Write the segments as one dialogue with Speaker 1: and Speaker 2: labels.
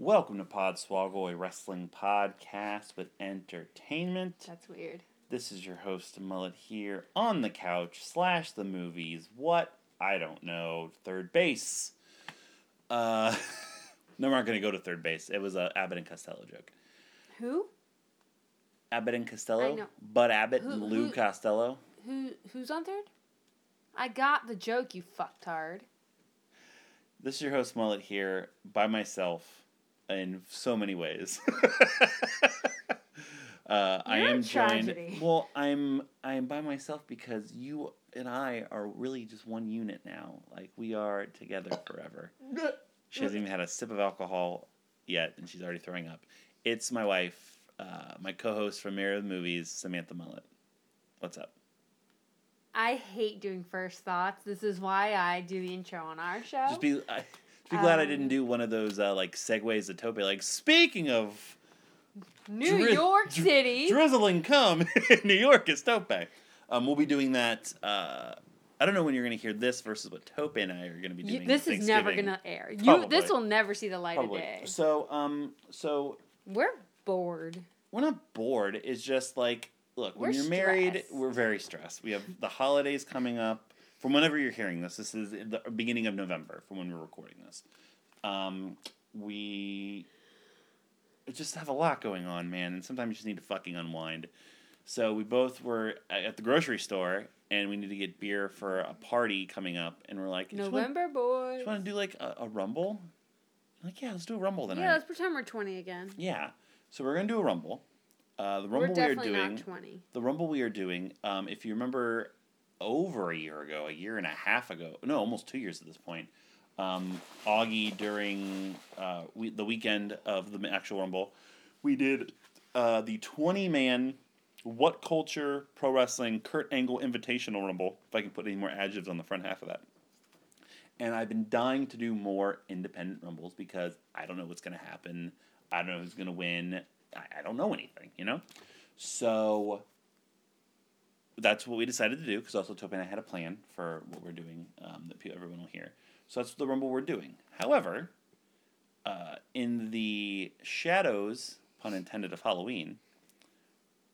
Speaker 1: Welcome to Podswoggle, a wrestling podcast with entertainment.
Speaker 2: That's weird.
Speaker 1: This is your host Mullet here on the couch slash the movies. What I don't know. Third base. Uh, no, we're not going to go to third base. It was a Abbott and Costello joke.
Speaker 2: Who?
Speaker 1: Abbott and Costello.
Speaker 2: I know.
Speaker 1: Bud Abbott
Speaker 2: Who-
Speaker 1: and
Speaker 2: who-
Speaker 1: Lou Costello.
Speaker 2: Who who's on third? I got the joke, you fucktard.
Speaker 1: This is your host Mullet here by myself in so many ways. uh, I
Speaker 2: You're a
Speaker 1: am
Speaker 2: tragedy.
Speaker 1: joined. Well, I'm I am by myself because you and I are really just one unit now. Like we are together forever. She hasn't even had a sip of alcohol yet, and she's already throwing up. It's my wife, uh, my co-host from Mirror of the Movies, Samantha Mullet. What's up?
Speaker 2: I hate doing first thoughts. This is why I do the intro on our show.
Speaker 1: Just be, I, just be glad I
Speaker 2: Um,
Speaker 1: didn't do one of those uh, like segues to Tope. Like speaking of
Speaker 2: New
Speaker 1: Dri-
Speaker 2: York
Speaker 1: dri-
Speaker 2: City.
Speaker 1: drizzling come in New York is Tope. Um, we'll be doing that. Uh, I don't know when you're going to hear this versus what Tope and I are going to be doing.
Speaker 2: You- this is never
Speaker 1: Thanksgiving.
Speaker 2: gonna air. You
Speaker 1: Probably.
Speaker 2: this will never see the light
Speaker 1: Probably.
Speaker 2: of day.
Speaker 1: So, um, so
Speaker 2: We're bored.
Speaker 1: we're not bored. It's just like, look, when
Speaker 2: We're
Speaker 1: you're married,
Speaker 2: stressed.
Speaker 1: we're very stressed. We have the holidays coming up. From whenever you're hearing this, this is the beginning of November from when we're recording this. Um, we just have a lot going on, man, and sometimes you just need to fucking unwind. So we both were a- at the grocery store, and we need to get beer for a party coming up, and we're like,
Speaker 2: November bored.
Speaker 1: Do you want to do like a, a rumble? like, yeah, let's do a rumble tonight.
Speaker 2: Yeah, let's pretend we're twenty again.
Speaker 1: Yeah. So we're gonna do a rumble. Uh, the
Speaker 2: we're
Speaker 1: rumble we are
Speaker 2: definitely
Speaker 1: doing.
Speaker 2: not twenty.
Speaker 1: The rumble we are doing. Um, if you remember, over a year ago, a year and a half ago, no, almost two years at this point. Um, Augie during uh, we, the weekend of the actual rumble, we did uh, the twenty man. What culture pro wrestling Kurt Angle Invitational Rumble? If I can put any more adjectives on the front half of that, and I've been dying to do more independent rumbles because I don't know what's going to happen. I don't know who's going to win. I, I don't know anything, you know? So that's what we decided to do because also Tope and I had a plan for what we're doing um, that pe- everyone will hear. So that's the rumble we're doing. However, uh, in the shadows, pun intended, of Halloween,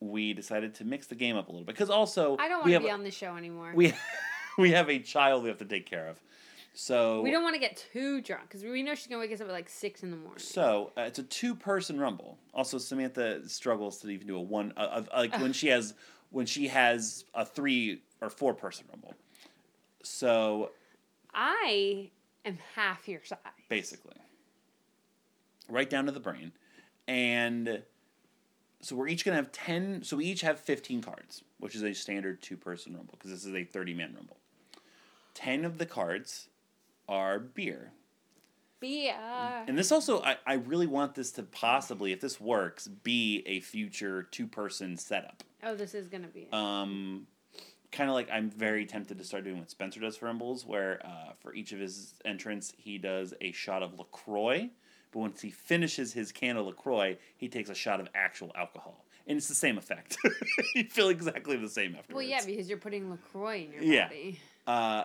Speaker 1: we decided to mix the game up a little bit because also
Speaker 2: I don't
Speaker 1: we
Speaker 2: want to
Speaker 1: have
Speaker 2: be on the show anymore. We,
Speaker 1: we we have a child we have to take care of. So
Speaker 2: don't want to get too drunk because we know she's gonna wake us up at like six in the morning.
Speaker 1: So uh, it's a two-person rumble. Also, Samantha struggles to even do a one. Uh, uh, like when she has when she has a three or four-person rumble. So
Speaker 2: I am half your size.
Speaker 1: basically, right down to the brain, and so we're each gonna have ten. So we each have fifteen cards, which is a standard two-person rumble because this is a thirty-man rumble. Ten of the cards are beer.
Speaker 2: E BR.
Speaker 1: And this also, I, I really want this to possibly, if this works, be a future two person setup.
Speaker 2: Oh, this is gonna be. it.
Speaker 1: Um, kind of like I'm very tempted to start doing what Spencer does for Rumbles, where uh, for each of his entrants, he does a shot of LaCroix. But once he finishes his can of LaCroix, he takes a shot of actual alcohol. And it's the same effect. you feel exactly the same
Speaker 2: well,
Speaker 1: afterwards.
Speaker 2: yeah, because you're putting Lacroix in your
Speaker 1: Yeah.
Speaker 2: body.
Speaker 1: Uh,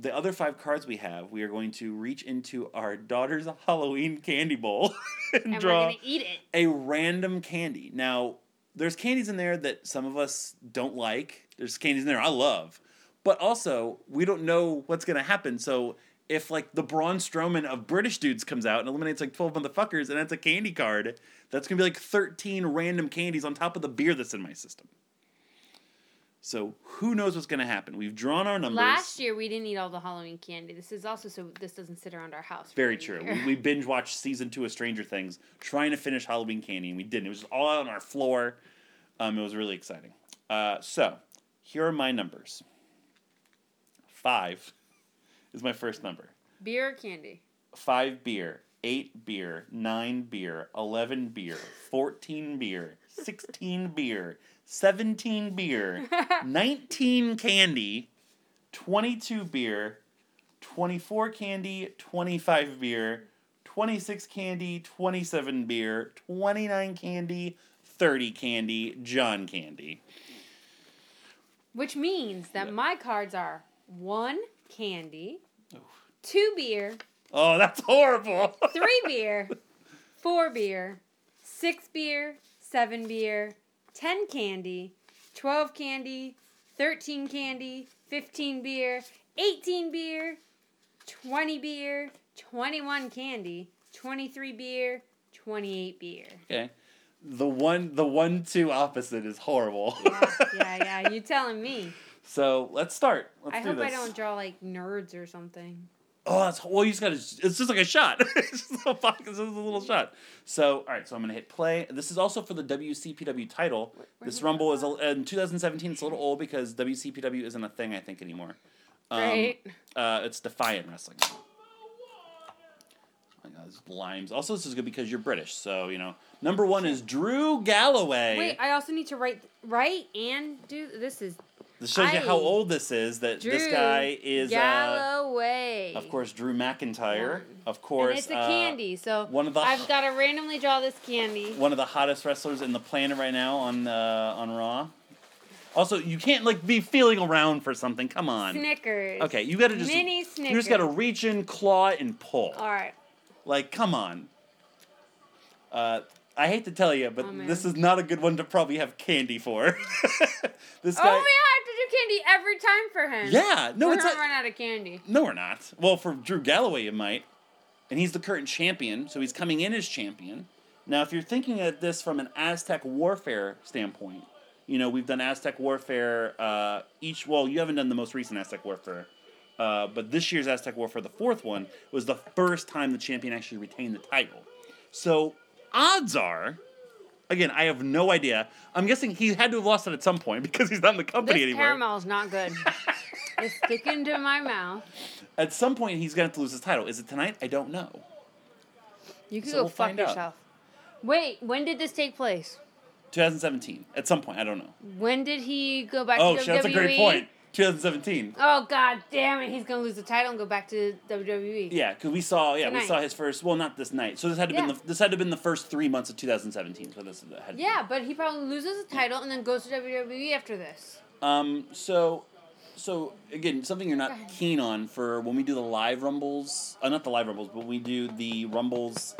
Speaker 1: the other five cards we have, we are going to reach into our daughter's Halloween candy bowl and,
Speaker 2: and
Speaker 1: draw
Speaker 2: we're gonna eat it.
Speaker 1: a random candy. Now, there's candies in there that some of us don't like. There's candies in there I love, but also we don't know what's gonna happen. So if like the Braun Strowman of British dudes comes out and eliminates like twelve motherfuckers, and that's a candy card, that's gonna be like thirteen random candies on top of the beer that's in my system. So who knows what's gonna happen? We've drawn our numbers.
Speaker 2: Last year we didn't eat all the Halloween candy. This is also so this doesn't sit around our house. for
Speaker 1: Very
Speaker 2: a
Speaker 1: true.
Speaker 2: year.
Speaker 1: We, we binge watched season two of Stranger Things, trying to finish Halloween Candy, and we didn't. It was all out on our floor. Um, it was really exciting. Uh, so, here are my numbers. Five is my first number.
Speaker 2: Beer or candy?
Speaker 1: Five beer. eight beer, nine beer, 11 beer, 14 beer, 16 beer, 17 beer, 19 candy, 22 beer, 24 candy, 25 beer, 26 candy, 27 beer, 29 candy, 30 candy, John candy.
Speaker 2: Which means that my cards are one candy, two beer,
Speaker 1: Oh, that's horrible.
Speaker 2: three beer, four beer, six beer, seven beer, ten candy, twelve candy, thirteen candy, fifteen beer, eighteen beer, twenty beer, twenty-one candy, twenty-three beer, twenty-eight beer.
Speaker 1: okay. The one the one two opposite is horrible.
Speaker 2: Yeah, yeah, yeah. You telling me?
Speaker 1: so, let's start. Let's
Speaker 2: I
Speaker 1: do
Speaker 2: hope
Speaker 1: this.
Speaker 2: I don't draw like nerds or something.
Speaker 1: Oh, that's well. You just got to. It's just like a shot. it's just a box. It's just a little shot. So, all right. So I'm gonna hit play. This is also for the WCPW title. this
Speaker 2: did
Speaker 1: Rumble is a, in 2017. It's a little old because WCPW isn't a thing I think anymore. Um,
Speaker 2: Right.
Speaker 1: Uh, it's Defiant Wrestling. Oh my God, this limes. Also, this is good because you're British, so you know. Number one is Drew Galloway.
Speaker 2: Wait, I also need to write, write and do. This is
Speaker 1: this shows you
Speaker 2: I-
Speaker 1: how old this is. That this
Speaker 2: Drew
Speaker 1: guy is, uh,
Speaker 2: Galloway.
Speaker 1: of course, Drew McIntyre.
Speaker 2: One.
Speaker 1: Of course,
Speaker 2: and it's a
Speaker 1: uh,
Speaker 2: candy, so
Speaker 1: one of the-
Speaker 2: I've got to randomly draw this candy.
Speaker 1: one of the hottest wrestlers in the planet right now on uh, on Raw. Also, you can't like be feeling around for something. Come on.
Speaker 2: Snickers.
Speaker 1: Okay, you gotta just
Speaker 2: Mini
Speaker 1: you just gotta
Speaker 2: Snickers.
Speaker 1: reach in, claw, and pull.
Speaker 2: All right.
Speaker 1: Like, come on. Uh, I hate to tell you, but
Speaker 2: Oh, man.
Speaker 1: this is not a good one to probably have candy for. this
Speaker 2: Oh
Speaker 1: guy.
Speaker 2: my god, I have to do candy every time for him.
Speaker 1: Yeah, no,
Speaker 2: We're
Speaker 1: it's
Speaker 2: gonna
Speaker 1: not-
Speaker 2: run out of candy.
Speaker 1: No, we're not. Well, for Drew Galloway, you might. And he's the current champion, so he's coming in as champion. Now, if you're thinking of this from an Aztec warfare standpoint, you know, we've done Aztec warfare uh, each. Well, you haven't done the most recent Aztec warfare. Uh, but this year's Aztec Warfare, the fourth one, was the first time the champion actually retained the title. So odds are, again, I have no idea. I'm guessing he had to have lost it at some point because he's not in the company
Speaker 2: This
Speaker 1: anymore.
Speaker 2: caramel's not good. it's sticking to my mouth.
Speaker 1: At some point, he's going to have to lose his title. Is it tonight? I don't know.
Speaker 2: You can
Speaker 1: So
Speaker 2: go
Speaker 1: we'll
Speaker 2: fuck
Speaker 1: find out.
Speaker 2: yourself. Wait, when did this take place?
Speaker 1: 2017. At some point, I don't know.
Speaker 2: When did he go back
Speaker 1: Oh,
Speaker 2: to E? WWE?
Speaker 1: shit, that's a great point. 2017.
Speaker 2: Oh god damn it, he's gonna lose the title and go back to E. WWE.
Speaker 1: Yeah, because we saw. Yeah, we
Speaker 2: Tonight.
Speaker 1: saw his first. Well, not this night. So this had to been
Speaker 2: Yeah.
Speaker 1: the, this had to been the first three months of 2017. So this had
Speaker 2: Yeah, but he probably loses the title and then goes to WWE after this.
Speaker 1: Um. So, so again, something you're not keen on for when we do the live rumbles. Uh, not the live rumbles, but we do the rumbles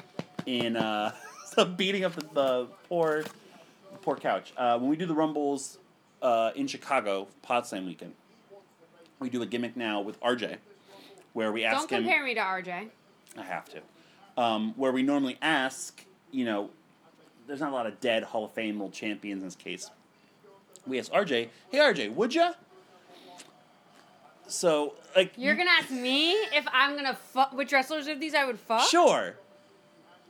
Speaker 1: in uh, so beating up the, the poor, the poor couch. Uh, when we do the rumbles, uh, in Chicago, Potsdam weekend, we do a gimmick now with RJ, where we ask
Speaker 2: Don't
Speaker 1: him.
Speaker 2: compare me to RJ.
Speaker 1: I have to. Um, where we normally ask, you know, there's not a lot of dead Hall of Fame world champions in this case. We ask RJ, hey RJ, would ya? So, like,
Speaker 2: You're gonna ask me if I'm gonna fuck which wrestlers of these I would fuck?
Speaker 1: sure.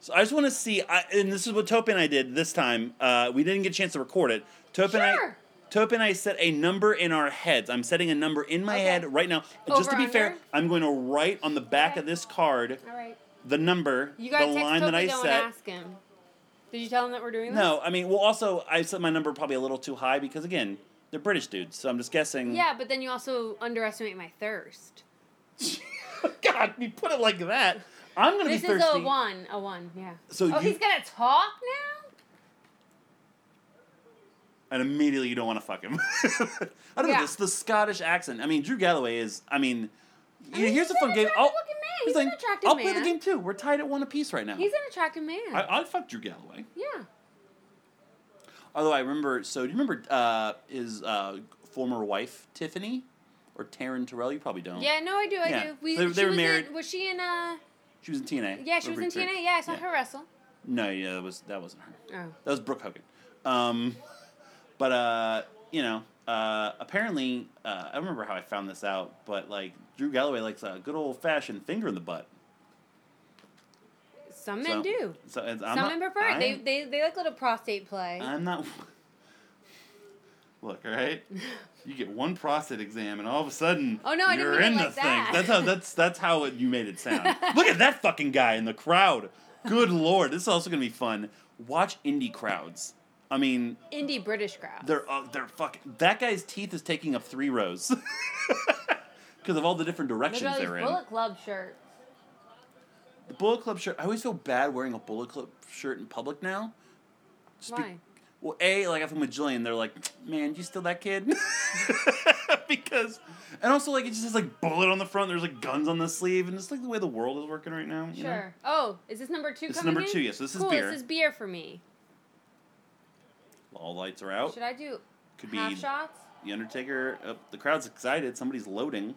Speaker 1: So I just want to see, I, and this is what Tope and I did this time. Uh, we didn't get a chance to record it. Tope and I.
Speaker 2: Sure.
Speaker 1: Tope and I set a number in our heads. I'm setting a number in my
Speaker 2: Okay.
Speaker 1: head right now. just to be
Speaker 2: Over,
Speaker 1: fair,
Speaker 2: under?
Speaker 1: I'm going to write on the back
Speaker 2: Okay.
Speaker 1: of this card
Speaker 2: All right.
Speaker 1: the number,
Speaker 2: You
Speaker 1: the
Speaker 2: gotta text
Speaker 1: line
Speaker 2: Toby
Speaker 1: that I
Speaker 2: though and
Speaker 1: set.
Speaker 2: ask him. Did you tell him that we're doing this?
Speaker 1: No, I mean, well, also I set my number probably a little too high because again, they're British dudes, so I'm just guessing.
Speaker 2: Yeah, but then you also underestimate my thirst.
Speaker 1: God, you put it like that. I'm gonna
Speaker 2: This
Speaker 1: be
Speaker 2: is
Speaker 1: thirsty.
Speaker 2: a one, a one, yeah.
Speaker 1: So
Speaker 2: oh,
Speaker 1: you-
Speaker 2: he's gonna talk now.
Speaker 1: and immediately you don't want to fuck him. I don't know
Speaker 2: Yeah.
Speaker 1: this the Scottish accent. I mean, Drew Galloway is. I mean, you know,
Speaker 2: mean,
Speaker 1: here's
Speaker 2: he's
Speaker 1: a fun
Speaker 2: an
Speaker 1: game.
Speaker 2: attractive
Speaker 1: I'll,
Speaker 2: looking man.
Speaker 1: here's
Speaker 2: He's
Speaker 1: the
Speaker 2: an
Speaker 1: thing.
Speaker 2: attractive
Speaker 1: I'll play the
Speaker 2: man.
Speaker 1: game too. We're tied at one apiece right now.
Speaker 2: He's an attractive man.
Speaker 1: I, I'd fuck Drew Galloway.
Speaker 2: yeah.
Speaker 1: Although I remember, so do you remember uh, his uh, former wife Tiffany or Taryn Terrell? You probably don't.
Speaker 2: Yeah, no, I do, I
Speaker 1: Yeah.
Speaker 2: do. We
Speaker 1: They-
Speaker 2: she
Speaker 1: they were
Speaker 2: was
Speaker 1: married.
Speaker 2: In, was she in uh
Speaker 1: She was in TNA.
Speaker 2: yeah, she
Speaker 1: for a
Speaker 2: was in
Speaker 1: brief
Speaker 2: TNA,
Speaker 1: period.
Speaker 2: yeah, I saw
Speaker 1: Yeah.
Speaker 2: her wrestle.
Speaker 1: No, yeah, that was that wasn't her.
Speaker 2: Oh.
Speaker 1: That was Brooke Hogan. Um, but uh, you know, uh, apparently, uh, I remember how I found this out. But like, Drew Galloway likes a good old fashioned finger in the butt.
Speaker 2: Some
Speaker 1: So-
Speaker 2: men do.
Speaker 1: So it's, I'm
Speaker 2: Some
Speaker 1: not,
Speaker 2: men prefer it. They,
Speaker 1: I'm-
Speaker 2: they they like little prostate play.
Speaker 1: I'm not. Look, all right. You get one prostate exam, and all of a sudden,
Speaker 2: Oh, no, I didn't
Speaker 1: you're
Speaker 2: mean it
Speaker 1: in
Speaker 2: like
Speaker 1: the
Speaker 2: that.
Speaker 1: thing. That's how that's that's how it, you made it sound. Look at that fucking guy in the crowd. Good lord, this is also gonna be fun. Watch indie crowds. I mean,
Speaker 2: Indie British crowd.
Speaker 1: they're uh, they're fucking. That guy's teeth is taking up three rows because of all the different
Speaker 2: Look
Speaker 1: directions
Speaker 2: at all these
Speaker 1: they're in.
Speaker 2: Bullet Club shirts.
Speaker 1: The Bullet Club shirt. I always feel bad wearing a Bullet Club shirt in public now. Just be-
Speaker 2: Why?
Speaker 1: well, a like I feel with Jillian, they're like, man, you still that kid? because, and also like it just has like bullet on the front. There's like guns on the sleeve, and it's like the way the world is working right now. You
Speaker 2: Sure.
Speaker 1: Know?
Speaker 2: Oh, is this number two
Speaker 1: This is
Speaker 2: coming
Speaker 1: number
Speaker 2: in?
Speaker 1: two, yes, this is
Speaker 2: cool,
Speaker 1: beer.
Speaker 2: This is beer for me.
Speaker 1: All lights are out.
Speaker 2: Should I do
Speaker 1: Could be
Speaker 2: half shots?
Speaker 1: the Undertaker. Uh, the crowd's excited. Somebody's loading.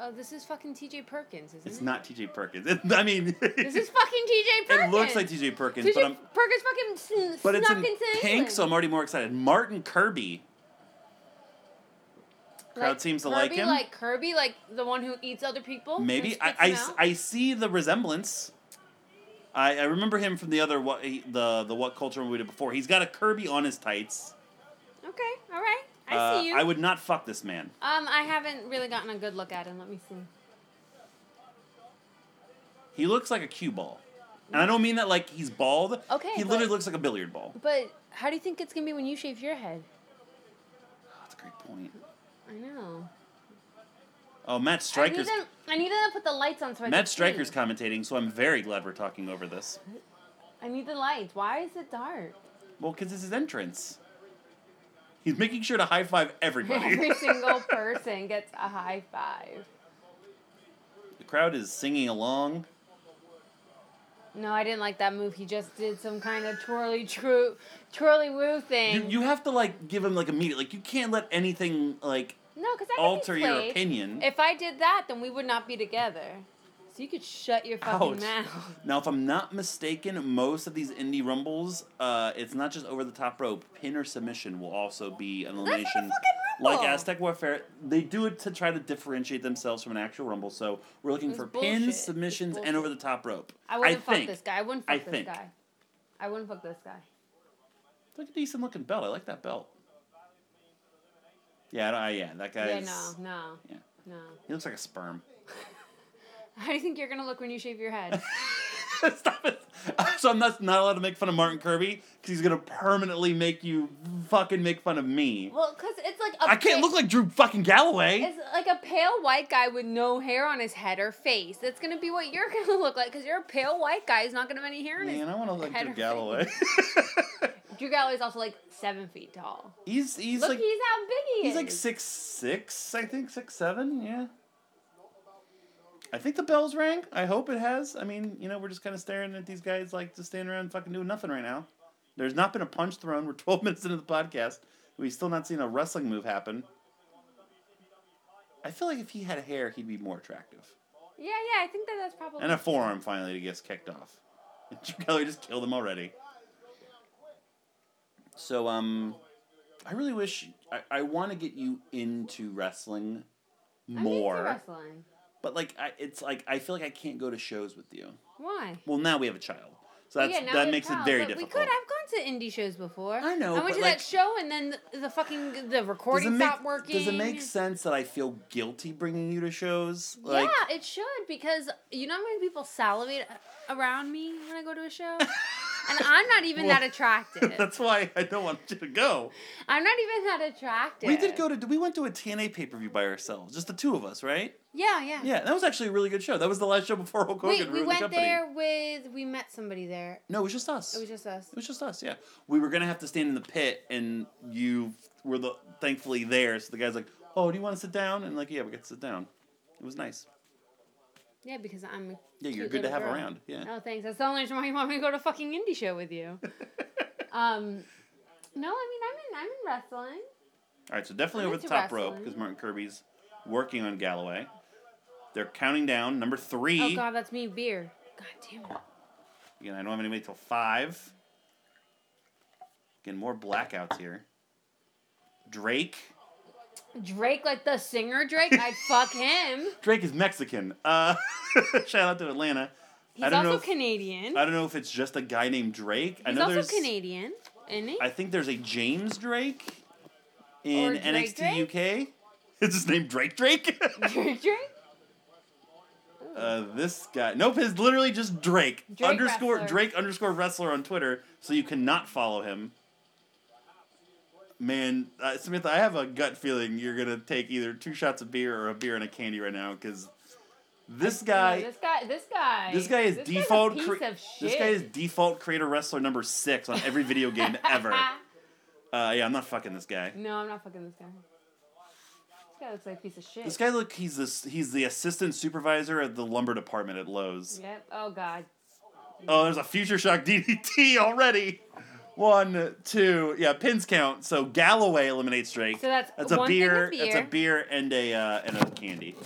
Speaker 2: Oh, this is fucking T.J. Perkins, isn't
Speaker 1: It's
Speaker 2: it?
Speaker 1: not T.J. Perkins. It- I mean,
Speaker 2: This is fucking T.J.
Speaker 1: it
Speaker 2: Perkins.
Speaker 1: looks like T.J. Perkins,
Speaker 2: T.J.
Speaker 1: but I'm
Speaker 2: Perkins fucking sn-
Speaker 1: but it's
Speaker 2: snuck
Speaker 1: in
Speaker 2: into
Speaker 1: pink,
Speaker 2: England.
Speaker 1: so I'm already more excited. Martin Kirby. crowd seems to
Speaker 2: Kirby,
Speaker 1: like him.
Speaker 2: Like Kirby, like the one who eats other people. and
Speaker 1: Maybe
Speaker 2: spits
Speaker 1: I, I,
Speaker 2: them
Speaker 1: s-
Speaker 2: out?
Speaker 1: I see the resemblance. I, I remember him from the other what he, the the what culture movie we did before. He's got a Kirby on his tights.
Speaker 2: Okay, all right. I
Speaker 1: Uh,
Speaker 2: see you.
Speaker 1: I would not fuck this man.
Speaker 2: Um, I haven't really gotten a good look at him. Let me see.
Speaker 1: He looks like a cue ball, and I don't mean that like he's bald.
Speaker 2: Okay,
Speaker 1: he literally
Speaker 2: but-
Speaker 1: looks like a billiard ball.
Speaker 2: But how do you think it's gonna be when you shave your head?
Speaker 1: Oh, That's a great point.
Speaker 2: I know.
Speaker 1: Oh, Matt
Speaker 2: I need
Speaker 1: Stryker's
Speaker 2: them. I need them to put the lights on so I can
Speaker 1: Matt
Speaker 2: see.
Speaker 1: Stryker's commentating, so I'm very glad we're talking over this.
Speaker 2: I need the lights. Why is it dark?
Speaker 1: Well, because it's his entrance. He's making sure to high five everybody.
Speaker 2: Every single person gets a high five.
Speaker 1: the crowd is singing along.
Speaker 2: No, I didn't like that move. He just did some kind of twirly true, twirly woo thing.
Speaker 1: You, you have to like give him like immediate like you can't let anything like
Speaker 2: no, because I could be
Speaker 1: alter your
Speaker 2: swayed.
Speaker 1: opinion.
Speaker 2: If I did that, then we would not be together. So you could shut your fucking
Speaker 1: Ouch.
Speaker 2: mouth.
Speaker 1: Now, if I'm not mistaken, most of these indie rumbles, uh, it's not just over the top rope. Pin or submission will also be an
Speaker 2: not a
Speaker 1: elimination.
Speaker 2: fucking rumble.
Speaker 1: Like Aztec Warfare, they do it to try to differentiate themselves from an actual rumble. So we're looking
Speaker 2: It's
Speaker 1: for
Speaker 2: bullshit.
Speaker 1: pins,
Speaker 2: It's
Speaker 1: submissions,
Speaker 2: bullshit.
Speaker 1: and over the top rope.
Speaker 2: I wouldn't fuck
Speaker 1: think
Speaker 2: this guy. I wouldn't fuck
Speaker 1: I
Speaker 2: this
Speaker 1: think.
Speaker 2: guy. I wouldn't fuck this guy.
Speaker 1: Look at decent looking belt. I like that belt. Yeah, I don't- I, yeah, that guy's.
Speaker 2: Yeah, no, no,
Speaker 1: yeah.
Speaker 2: no.
Speaker 1: He looks like a sperm.
Speaker 2: How do you think you're gonna look when you shave your head?
Speaker 1: Stop it. So I'm not, not allowed to make fun of Martin Kirby because he's gonna permanently make you fucking make fun of me.
Speaker 2: well, cause it's like I
Speaker 1: I can't look like Drew fucking Galloway.
Speaker 2: It's like a pale white guy with no hair on his head or face. That's gonna be what you're gonna look like, cause you're a pale white guy. He's not gonna have any hair on his.
Speaker 1: Man, I want to look like
Speaker 2: head
Speaker 1: Drew
Speaker 2: or
Speaker 1: Galloway.
Speaker 2: Drew Galloway's also like seven feet tall.
Speaker 1: he's he's
Speaker 2: look,
Speaker 1: like
Speaker 2: he's how big he
Speaker 1: he's
Speaker 2: is.
Speaker 1: like six six, I think six seven. Yeah. I think the bell's rang. I hope it has. I mean, you know, we're just kind of staring at these guys like just standing around fucking doing nothing right now. There's not been a punch thrown. We're 12 minutes into the podcast. We've still not seen a wrestling move happen. I feel like if he had hair, he'd be more attractive.
Speaker 2: Yeah, yeah. I think that that's probably.
Speaker 1: And a forearm finally that gets kicked off. Drew Galloway just killed him already. So um, I really wish I, I want to get you into wrestling
Speaker 2: I'm into
Speaker 1: more,
Speaker 2: wrestling.
Speaker 1: but like I, it's like I feel like I can't go to shows with you.
Speaker 2: Why?
Speaker 1: Well, now we have a child, so that's
Speaker 2: now
Speaker 1: that
Speaker 2: we
Speaker 1: makes it
Speaker 2: have
Speaker 1: very
Speaker 2: Prowl, but
Speaker 1: difficult.
Speaker 2: We could. I've gone to indie shows before.
Speaker 1: I know,
Speaker 2: I went
Speaker 1: but
Speaker 2: to
Speaker 1: like-
Speaker 2: that show and then the, the fucking the
Speaker 1: does it
Speaker 2: recording
Speaker 1: make
Speaker 2: stopped working.
Speaker 1: does it make sense that I feel guilty bringing you to shows? Like,
Speaker 2: yeah, it should because you know how many people salivate around me when I go to a show, and I'm not even
Speaker 1: Well,
Speaker 2: that attractive.
Speaker 1: that's why I don't want you to go.
Speaker 2: I'm not even that attractive.
Speaker 1: We did go to we went to a TNA pay per view by ourselves, just the two of us, right?
Speaker 2: Yeah, yeah.
Speaker 1: Yeah, that was actually a really good show. That was the last show before Hulk Hogan
Speaker 2: Wait, we
Speaker 1: ruined the
Speaker 2: went
Speaker 1: company.
Speaker 2: there with we met somebody there.
Speaker 1: No, it was just us.
Speaker 2: It was just us.
Speaker 1: us. Yeah, we were gonna have to stand in the pit, and you were the thankfully there. So the guy's like, "Oh, do you want to sit down?" And like, "Yeah, we got to sit down." It was nice.
Speaker 2: Yeah, because I'm. a
Speaker 1: Yeah, you're
Speaker 2: cute
Speaker 1: good to
Speaker 2: little
Speaker 1: have
Speaker 2: girl.
Speaker 1: around. Yeah.
Speaker 2: No, thanks. That's the only reason why you want me to go to a fucking indie show with you. um, no, I mean I'm in I'm in wrestling.
Speaker 1: All right, so definitely
Speaker 2: I'm
Speaker 1: over the
Speaker 2: into
Speaker 1: top rope
Speaker 2: wrestling.
Speaker 1: because Martin Kirby's working on Galloway. They're counting down. Number three.
Speaker 2: Oh god, that's me beer. God damn it.
Speaker 1: Again, I don't have anybody till five. Again, more blackouts here. Drake.
Speaker 2: Drake, like the singer Drake, I'd fuck him.
Speaker 1: Drake is Mexican. Uh, shout out to Atlanta.
Speaker 2: He's
Speaker 1: I don't
Speaker 2: also
Speaker 1: know. If,
Speaker 2: Canadian.
Speaker 1: I don't know if it's just a guy named Drake. I
Speaker 2: He's
Speaker 1: know
Speaker 2: also
Speaker 1: there's.
Speaker 2: Canadian, isn't he?
Speaker 1: I think there's a James Drake. in
Speaker 2: Drake
Speaker 1: NXT
Speaker 2: Drake?
Speaker 1: UK. It's his name Drake Drake.
Speaker 2: Drake Drake?
Speaker 1: uh, this guy, nope, it's literally just Drake,
Speaker 2: Drake
Speaker 1: underscore
Speaker 2: wrestler.
Speaker 1: Drake underscore wrestler on Twitter. So you cannot follow him. Man, uh, Samantha, I have a gut feeling you're gonna take either two shots of beer or a beer and a candy right now because this guy,
Speaker 2: this guy. This guy.
Speaker 1: this guy is
Speaker 2: this guy's a
Speaker 1: default.
Speaker 2: piece
Speaker 1: cre-
Speaker 2: of shit.
Speaker 1: This guy is default creator wrestler number six on every video game ever. Uh, yeah, I'm not fucking this guy.
Speaker 2: no, I'm not fucking this guy. This guy looks like a piece of shit.
Speaker 1: This guy look he's this he's the assistant supervisor at the lumber department at Lowe's.
Speaker 2: Yep. Oh God.
Speaker 1: Oh, there's a future shock DDT already. One, two, yeah, pins count. So Galloway eliminates Drake.
Speaker 2: So that's
Speaker 1: a
Speaker 2: one thing of
Speaker 1: beer, That's
Speaker 2: beer.
Speaker 1: a beer and a uh, and a candy.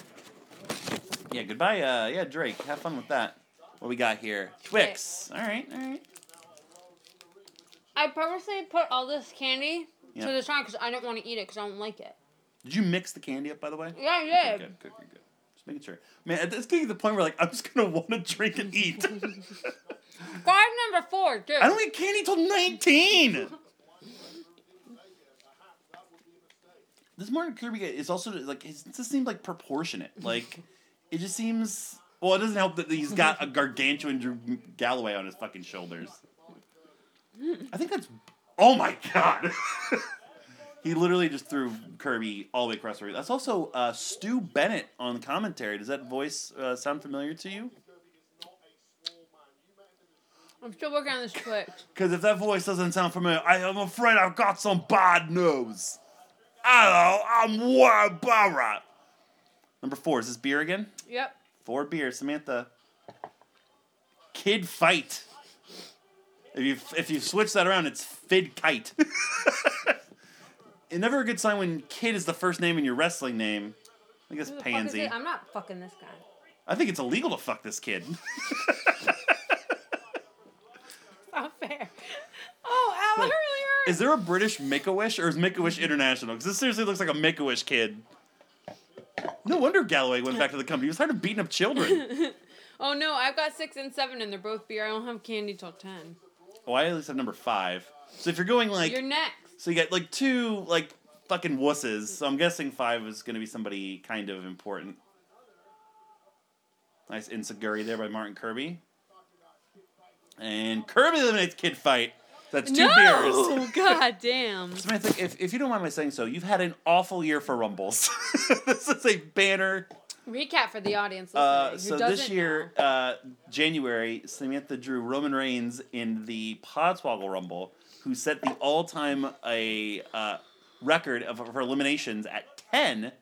Speaker 1: Yeah, goodbye. Uh, yeah, Drake. Have fun with that. What we got here? Twix. All right, all right.
Speaker 2: I purposely put all this candy
Speaker 1: Yeah.
Speaker 2: to the side because I don't want to eat it because I don't like it.
Speaker 1: Did you mix the candy up by the way?
Speaker 2: Yeah, I
Speaker 1: Okay,
Speaker 2: did.
Speaker 1: good, good, good, good. Just making sure. Man, at this getting to the point where like I'm just gonna want to drink and eat.
Speaker 2: Card number four, dude.
Speaker 1: I don't get candy till 19. this Martin Kirby guy is also like his, this seems like proportionate. Like it just seems well, it doesn't help that he's got a gargantuan Drew Galloway on his fucking shoulders. I think that's oh my god. He literally just threw Kirby all the way across the room. That's also uh, Stu Bennett on commentary. Does that voice uh, sound familiar to you?
Speaker 2: I'm still working on this Twix.
Speaker 1: Because if that voice doesn't sound familiar, I am afraid I've got some bad news. Hello, I'm Warren Barrett. Number four, is this beer again?
Speaker 2: Yep.
Speaker 1: Four beer, Samantha. Kid fight. If you if you switch that around, it's fid kite. it's never a good sign when kid is the first name in your wrestling name. I think
Speaker 2: Who
Speaker 1: that's
Speaker 2: the fuck is
Speaker 1: pansy.
Speaker 2: it? I'm not fucking this guy.
Speaker 1: I think it's illegal to fuck this kid.
Speaker 2: It's not fair. Oh, ow, that really hurt.
Speaker 1: Is there a British Make a Wish or is Make a Wish international? Because this seriously looks like a Make a Wish kid. No wonder Galloway went back to the company. He was tired of beating up children.
Speaker 2: oh no, I've got six and seven, and they're both beer. I don't have candy till ten.
Speaker 1: oh, I at least have number five. So if you're going like,
Speaker 2: You're next.
Speaker 1: so you got like two like fucking wusses. So I'm guessing five is going to be somebody kind of important. Nice insiguri there by Martin Kirby. And Kirby eliminates Kid Fight. That's two beers.
Speaker 2: no, god damn.
Speaker 1: Samantha, if, if you don't mind my saying so, you've had an awful year for Rumbles. this is a banner.
Speaker 2: Recap for the audience. Listening,
Speaker 1: Uh,
Speaker 2: who
Speaker 1: so this
Speaker 2: doesn't
Speaker 1: year, uh, January, Samantha drew Roman Reigns in the Podswoggle Rumble, who set the all-time a uh, record of her eliminations at ten.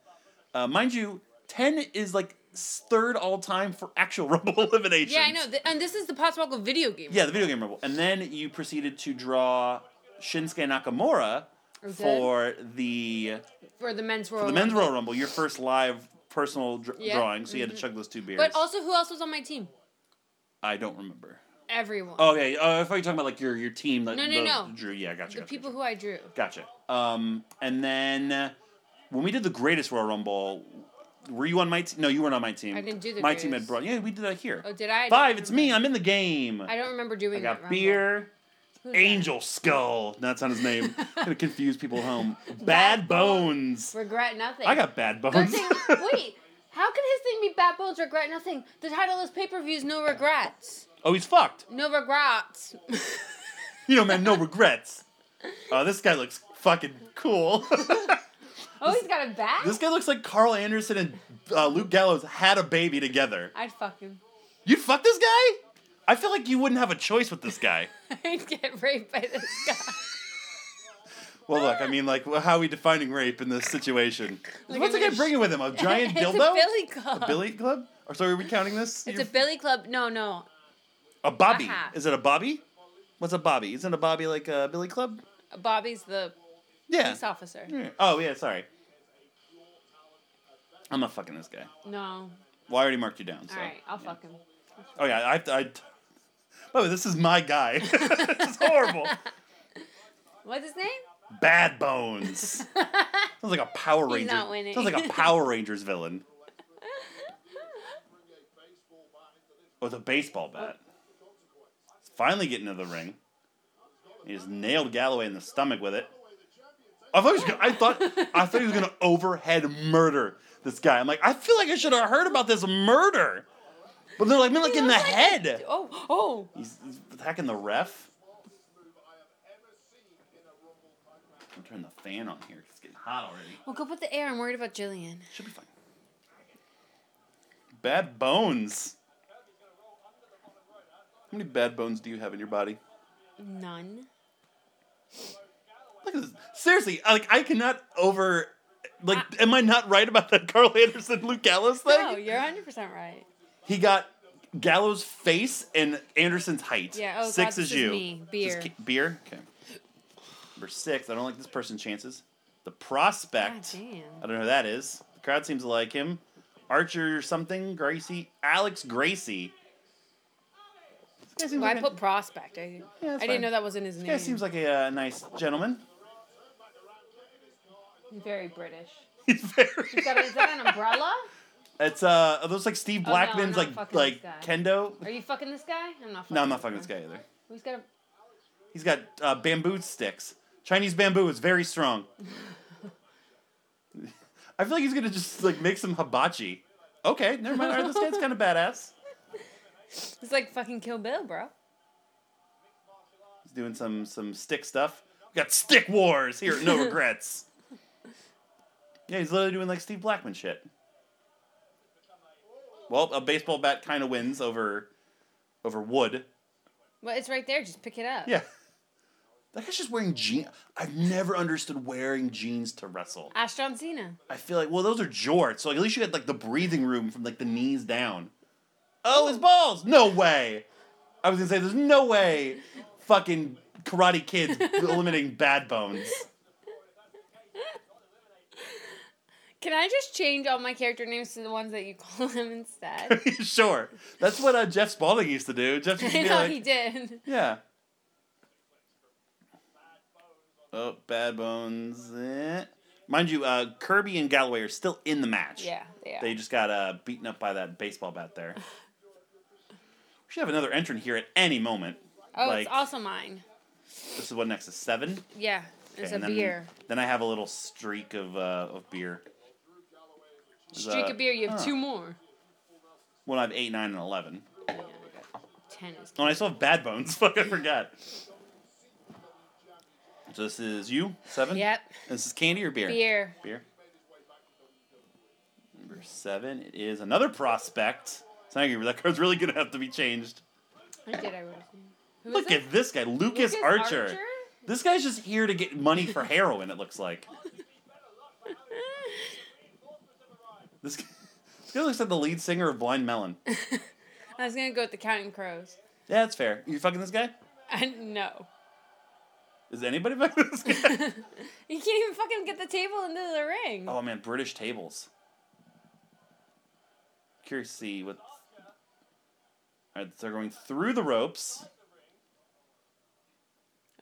Speaker 1: Uh, mind you, ten is like s- third all-time for actual Rumble eliminations.
Speaker 2: Yeah, I know. Th- and this is the Potswoggle video game.
Speaker 1: Yeah, the video game Rumble. And then you proceeded to draw Shinsuke Nakamura
Speaker 2: Okay.
Speaker 1: for the
Speaker 2: For the men's Royal
Speaker 1: for the men's
Speaker 2: Rumble.
Speaker 1: Royal Rumble, your first live personal dr-
Speaker 2: Yeah. mm-hmm.
Speaker 1: drawing, so you had to chug those two beers.
Speaker 2: But also, who else was on my team?
Speaker 1: I don't remember.
Speaker 2: Everyone.
Speaker 1: Okay, uh, I thought you were talking about like your your team. Like,
Speaker 2: No, no,
Speaker 1: the-
Speaker 2: no.
Speaker 1: Drew, yeah, gotcha.
Speaker 2: the
Speaker 1: gotcha,
Speaker 2: people who I drew.
Speaker 1: gotcha. Um, and then uh, when we did the greatest Royal Rumble, were you on my team? No, you weren't on my team.
Speaker 2: I didn't do the
Speaker 1: My team had
Speaker 2: greatest.
Speaker 1: brought. Yeah, we did that here.
Speaker 2: Oh, did I?
Speaker 1: Five, it's me. I'm in the game.
Speaker 2: I don't remember doing
Speaker 1: I
Speaker 2: that.
Speaker 1: got
Speaker 2: Rumble.
Speaker 1: beer.
Speaker 2: Who's that?
Speaker 1: Angel Skull. No, That's not his name. Gonna confuse people at home. Bad Bones.
Speaker 2: Regret nothing.
Speaker 1: I got Bad
Speaker 2: Good
Speaker 1: Bones.
Speaker 2: thing- Wait, how can his thing be Bad Bones Regret Nothing? The title is pay per views, no regrets.
Speaker 1: oh, he's fucked.
Speaker 2: No regrets.
Speaker 1: You know, man, no regrets. Oh, this guy looks fucking cool.
Speaker 2: oh, he's got a bat?
Speaker 1: this guy looks like Carl Anderson and uh, Luke Gallows had a baby together.
Speaker 2: I'd fuck him.
Speaker 1: You'd fuck this guy? I feel like you wouldn't have a choice with this guy.
Speaker 2: I'd get raped by this guy.
Speaker 1: Well, look, I mean, like, wh- how are we defining rape in this situation?
Speaker 2: Look,
Speaker 1: What's the
Speaker 2: I'm
Speaker 1: guy
Speaker 2: gonna sh-
Speaker 1: bringing with him? A giant
Speaker 2: it's
Speaker 1: dildo?
Speaker 2: a billy club.
Speaker 1: Billy club? Or sorry, are we counting this?
Speaker 2: It's
Speaker 1: You're-
Speaker 2: a billy club. No, no.
Speaker 1: a bobby.
Speaker 2: Uh-huh.
Speaker 1: Is it a bobby? What's a bobby? Isn't a bobby like a billy club?
Speaker 2: Bobby's the
Speaker 1: Yeah.
Speaker 2: police officer.
Speaker 1: Yeah. Oh yeah, sorry. I'm not fucking this guy.
Speaker 2: No.
Speaker 1: Well, I already marked you down. So.
Speaker 2: All right, I'll
Speaker 1: yeah.
Speaker 2: fuck him.
Speaker 1: Oh yeah, I. I by the way, this is my guy. this is horrible.
Speaker 2: What's his name?
Speaker 1: Bad Bones. Sounds like a Power
Speaker 2: He's
Speaker 1: Ranger.
Speaker 2: not winning.
Speaker 1: Sounds like a Power Rangers villain. With a baseball bat. He's finally getting to the ring. He just nailed Galloway in the stomach with it. I thought, he was gonna, I thought I thought he was gonna overhead murder this guy. I'm like, I feel like I should have heard about this murder, but they're like, man, like in the
Speaker 2: Looks like
Speaker 1: head.
Speaker 2: a- Oh, oh.
Speaker 1: He's he's attacking the ref. I'm turning the fan on here. It's getting hot already.
Speaker 2: Well, go put the air. I'm worried about Jillian.
Speaker 1: Should be fine. Bad bones. How many bad bones do you have in your body?
Speaker 2: None.
Speaker 1: Look at this. Seriously, I- like I cannot over. Like, am I not right about that Carl Anderson Luke Gallows thing?
Speaker 2: No, you're 100% right.
Speaker 1: He got Gallows' face and Anderson's height.
Speaker 2: Yeah, oh,
Speaker 1: six
Speaker 2: God,
Speaker 1: is
Speaker 2: this is
Speaker 1: you.
Speaker 2: me.
Speaker 1: This is
Speaker 2: Beer.
Speaker 1: Ki- beer. Okay. Number six. I don't like this person's chances. The
Speaker 2: God
Speaker 1: prospect.
Speaker 2: damn.
Speaker 1: I don't know who that is. The crowd seems to like him. Archer or something. Gracie. Alex Gracie. This guy seems
Speaker 2: Well, I
Speaker 1: like a-
Speaker 2: put prospect. I,
Speaker 1: Yeah,
Speaker 2: I
Speaker 1: that's
Speaker 2: didn't
Speaker 1: fine.
Speaker 2: know that wasn't his
Speaker 1: This
Speaker 2: name.
Speaker 1: guy seems like a uh, nice gentleman.
Speaker 2: very British.
Speaker 1: He's very.
Speaker 2: Is that, is that an umbrella?
Speaker 1: It's uh, are those like Steve
Speaker 2: Oh, no, I'm
Speaker 1: Blackman's
Speaker 2: not
Speaker 1: like
Speaker 2: fucking
Speaker 1: like
Speaker 2: this guy.
Speaker 1: kendo.
Speaker 2: Are you fucking this guy? I'm not fucking
Speaker 1: No, I'm not fucking this guy either.
Speaker 2: Who's got a.
Speaker 1: He's got uh, bamboo sticks. Chinese bamboo is very strong. I feel like he's gonna just like make some hibachi. Okay, never mind. All right, this guy's kind of badass.
Speaker 2: It's like fucking Kill Bill, bro.
Speaker 1: He's doing some some stick stuff. We got stick wars here. at No regrets. yeah, he's literally doing like Steve Blackman shit. Well, a baseball bat kind of wins over over wood.
Speaker 2: Well, it's right there. Just pick it up.
Speaker 1: Yeah. That guy's just wearing jeans. I've never understood wearing jeans to wrestle.
Speaker 2: Ashton Cena.
Speaker 1: I feel like, well, those are jorts, so at least you had like the breathing room from like the knees down. Oh, his balls! No way! I was gonna say, there's no way fucking Karate Kid's eliminating bad bones.
Speaker 2: Can I just change all my character names to the ones that you call him instead?
Speaker 1: sure. That's what uh, Jeff Spalding used to do. Jeff used to
Speaker 2: I
Speaker 1: be
Speaker 2: know
Speaker 1: like,
Speaker 2: he did.
Speaker 1: yeah. Oh, bad bones. eh. Mind you, uh, Kirby and Galloway are still in the match.
Speaker 2: Yeah, they are.
Speaker 1: They just got uh, beaten up by that baseball bat there. we should have another entrant here at any moment.
Speaker 2: oh,
Speaker 1: like-
Speaker 2: it's also mine.
Speaker 1: This is what next is seven.
Speaker 2: Yeah, it's
Speaker 1: Okay,
Speaker 2: a
Speaker 1: and then,
Speaker 2: beer.
Speaker 1: Then I have a little streak of uh, of beer. There's,
Speaker 2: Streak
Speaker 1: uh,
Speaker 2: of beer. You have
Speaker 1: huh.
Speaker 2: two more.
Speaker 1: Well, I have eight, nine, and eleven.
Speaker 2: Yeah, I got ten is.
Speaker 1: Oh, and I still have bad bones. Fuck, I forgot. So this is you seven.
Speaker 2: Yep.
Speaker 1: And this is candy or beer.
Speaker 2: Beer.
Speaker 1: Beer. Number seven. It is another prospect. So I agree. That card's really gonna have to be changed.
Speaker 2: I did. I wrote. it down. Who is
Speaker 1: Look
Speaker 2: it?
Speaker 1: at this guy, Lucas,
Speaker 2: Lucas
Speaker 1: Archer. This guy's just here to get money for heroin. It looks like. This guy, this guy looks like the lead singer of Blind Melon. Yeah,
Speaker 2: I was gonna go with the Counting Crows.
Speaker 1: that's fair. You fucking this guy?
Speaker 2: I no.
Speaker 1: Is anybody fucking this guy?
Speaker 2: You can't even fucking get the table into the ring.
Speaker 1: oh man, British tables. Curious to see what. All right, they're going through the ropes.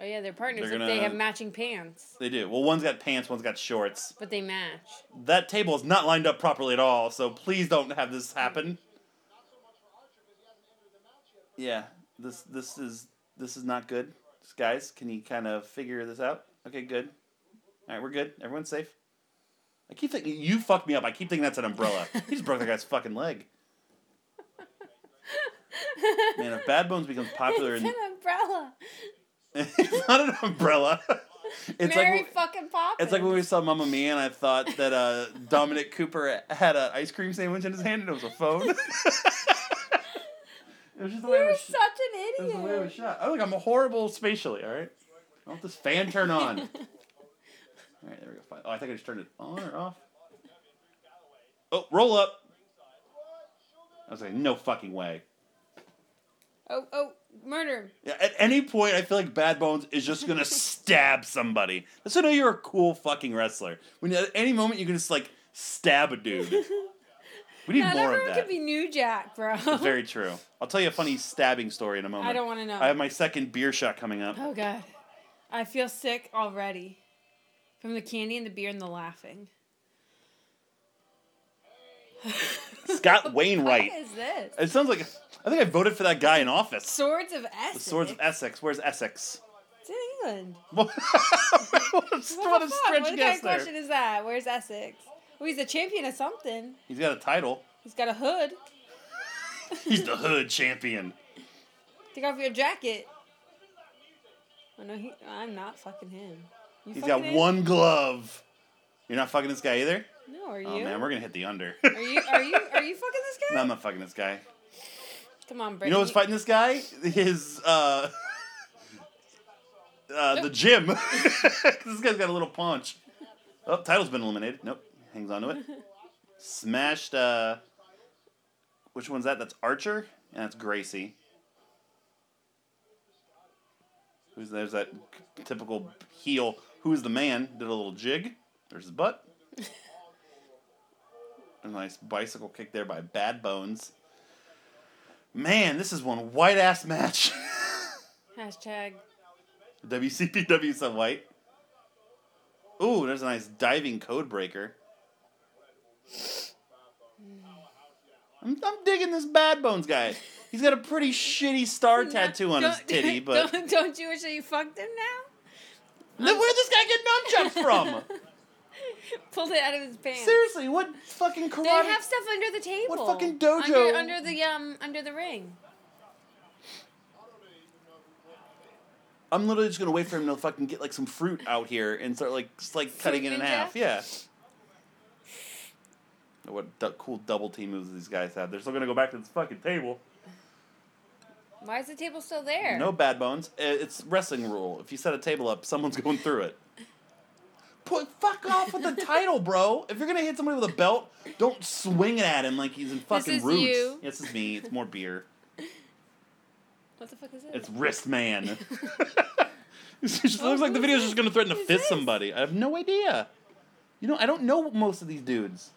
Speaker 2: Oh yeah, they're partners.
Speaker 1: They're
Speaker 2: if they
Speaker 1: gonna-
Speaker 2: have matching pants,
Speaker 1: They do. Well, one's got pants, one's got shorts.
Speaker 2: but they match.
Speaker 1: That table is not lined up properly at all, so please don't have this happen. Yeah, this this is this is not good. Guys, can you kind of figure this out? Okay, good. All right, we're good. Everyone's safe. I keep thinking you fucked me up. I keep thinking that's an umbrella. he just broke that guy's fucking leg. Man, if Bad Bones becomes popular,
Speaker 2: It's
Speaker 1: in,
Speaker 2: an umbrella.
Speaker 1: it's not an umbrella. It's
Speaker 2: Mary
Speaker 1: like
Speaker 2: fucking Poppins.
Speaker 1: it's like when we saw Mamma Mia, and I thought that uh, Dominic Cooper had an ice cream sandwich in his hand, and it was a phone. it was just the way it
Speaker 2: You're
Speaker 1: was,
Speaker 2: such an
Speaker 1: it was
Speaker 2: idiot.
Speaker 1: the way it was shot. I look, I'm horrible spatially. All right, I want this fan turn on. all right, there we go. Fine. Oh, I think I just turned it on or off. Oh, roll up. I was like, no fucking way.
Speaker 2: Oh oh, murder.
Speaker 1: Yeah, At any point, I feel like Bad Bones is just gonna stab somebody. That's how I know you're a cool fucking wrestler. When at any moment you can just like stab a dude. We need
Speaker 2: Not
Speaker 1: more of
Speaker 2: everyone
Speaker 1: that.
Speaker 2: could be New Jack, bro.
Speaker 1: Very true. I'll tell you a funny stabbing story in a moment.
Speaker 2: I don't want to know.
Speaker 1: I have my second beer shot coming up.
Speaker 2: oh god, I feel sick already from the candy and the beer and the laughing.
Speaker 1: Scott Wainwright.
Speaker 2: What is this?
Speaker 1: It sounds like I think I voted for that guy in office.
Speaker 2: Swords of Essex.
Speaker 1: The Swords of Essex. Where's Essex?
Speaker 3: It's in England.
Speaker 1: what a-
Speaker 3: What,
Speaker 1: what
Speaker 3: the
Speaker 1: a
Speaker 3: fuck?
Speaker 1: stretch
Speaker 3: What kind
Speaker 1: guess
Speaker 3: of question
Speaker 1: there.
Speaker 3: is that? Where's Essex? Well, he's a champion of something.
Speaker 1: He's got a title.
Speaker 3: He's got a hood.
Speaker 1: He's the hood champion.
Speaker 3: Take off your jacket. Oh no, he, I'm not fucking him. You
Speaker 1: He's
Speaker 3: fucking
Speaker 1: got
Speaker 3: him?
Speaker 1: one glove. You're not fucking this guy either?
Speaker 3: No, are you?
Speaker 1: Oh man, we're gonna hit the under.
Speaker 3: Are you? Are you? Are you fucking this guy?
Speaker 1: no, I'm not fucking this guy.
Speaker 3: Come on, Brittany.
Speaker 1: You know who's fighting this guy? His uh uh the gym. 'Cause this guy's got a little punch. Oh, title's been eliminated. Nope. Hangs on to it. Smashed uh which one's that? That's Archer? And that's Gracie. Who's there's that typical heel. Who's the man? Did a little jig. There's his butt. a nice bicycle kick there by Bad Bones. Man, this is one white ass match.
Speaker 3: Hashtag.
Speaker 1: WCPW so white. Ooh, there's a nice diving code breaker. I'm, I'm digging this Bad Bones guy. He's got a pretty shitty star tattoo on his
Speaker 3: Don't-
Speaker 1: titty, but
Speaker 3: don't, don't you wish that you fucked him now?
Speaker 1: Then where'd this guy get nunchucks from?
Speaker 3: Pulled it out of his pants.
Speaker 1: Seriously, what fucking karate?
Speaker 2: They have stuff under the table.
Speaker 1: fucking dojo?
Speaker 2: Under, under the um under the ring.
Speaker 1: I'm literally just gonna wait for him to fucking get like some fruit out here and start like just, like cutting it in
Speaker 2: ninja?
Speaker 1: half. Yeah. What du- cool double team moves these guys have? They're still gonna go back to this fucking table.
Speaker 2: Why is the table still there?
Speaker 1: No bad bones. I- It's wrestling rule. If you set a table up, someone's going through it. Put fuck off with the title, bro. If you're gonna hit somebody with a belt, don't swing it at him like he's in fucking
Speaker 2: is
Speaker 1: roots.
Speaker 2: you.
Speaker 1: This is me. It's more beer.
Speaker 3: What the fuck is it?
Speaker 1: It's wrist man. it just looks like the video's just gonna threaten to
Speaker 3: Who's
Speaker 1: fist
Speaker 3: this?
Speaker 1: somebody. I have no idea. You know, I don't know most of these dudes.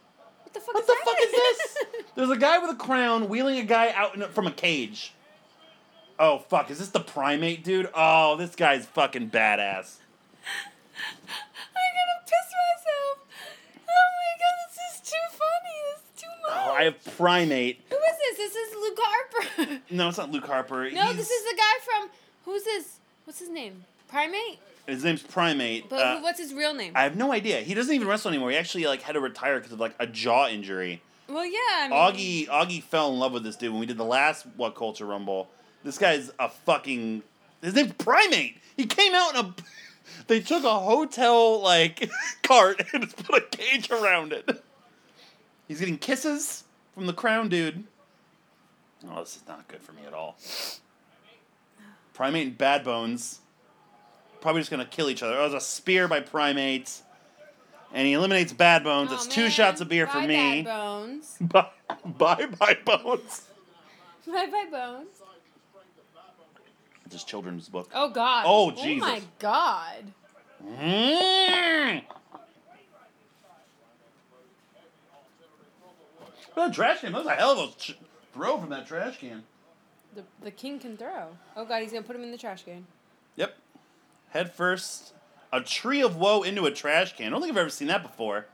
Speaker 3: What the fuck
Speaker 1: What
Speaker 3: is
Speaker 1: the
Speaker 3: that?
Speaker 1: fuck is this? There's a guy with a crown wheeling a guy out in a, from a cage. Oh fuck! Is this the primate dude? Oh, this guy's fucking badass.
Speaker 3: I'm gonna piss myself. Oh my god, this is too funny. This is too much.
Speaker 1: Oh, I have primate.
Speaker 2: Who is this? This is Luke Harper.
Speaker 1: No, it's not Luke Harper.
Speaker 2: no,
Speaker 1: He's-
Speaker 2: this is the guy from who's this? What's his name? Primate?
Speaker 1: his name's Primate.
Speaker 2: But
Speaker 1: Uh,
Speaker 2: who, what's his real name?
Speaker 1: I have no idea. He doesn't even wrestle anymore. He actually like had to retire because of like a jaw injury.
Speaker 2: well, yeah. I
Speaker 1: Augie
Speaker 2: mean,
Speaker 1: Augie fell in love with this dude when we did the last What Culture Rumble. This guy's a fucking his name's Primate. He came out in a they took a hotel like cart and just put a cage around it. He's getting kisses from the crown dude. Oh, this is not good for me at all. Primate and Bad Bones probably just gonna kill each other. Oh, there's a spear by Primate, and he eliminates Bad Bones.
Speaker 3: oh,
Speaker 2: Aw,
Speaker 1: That's
Speaker 2: Oh, man.
Speaker 1: two shots of beer for
Speaker 2: Bye,
Speaker 1: me.
Speaker 2: Bad bones.
Speaker 1: Bye, bye, bye, bones.
Speaker 2: Bye, bye, bones.
Speaker 1: This children's book.
Speaker 2: Oh God.
Speaker 1: Oh,
Speaker 2: Oh my
Speaker 1: Jesus.
Speaker 2: God.
Speaker 1: Mm. That trash can. That was a hell of a ch- throw from that trash can.
Speaker 3: The, the king can throw. Oh god, he's gonna put him in the trash can.
Speaker 1: Yep. Head first, a tree of woe into a trash can. I don't think I've ever seen that before.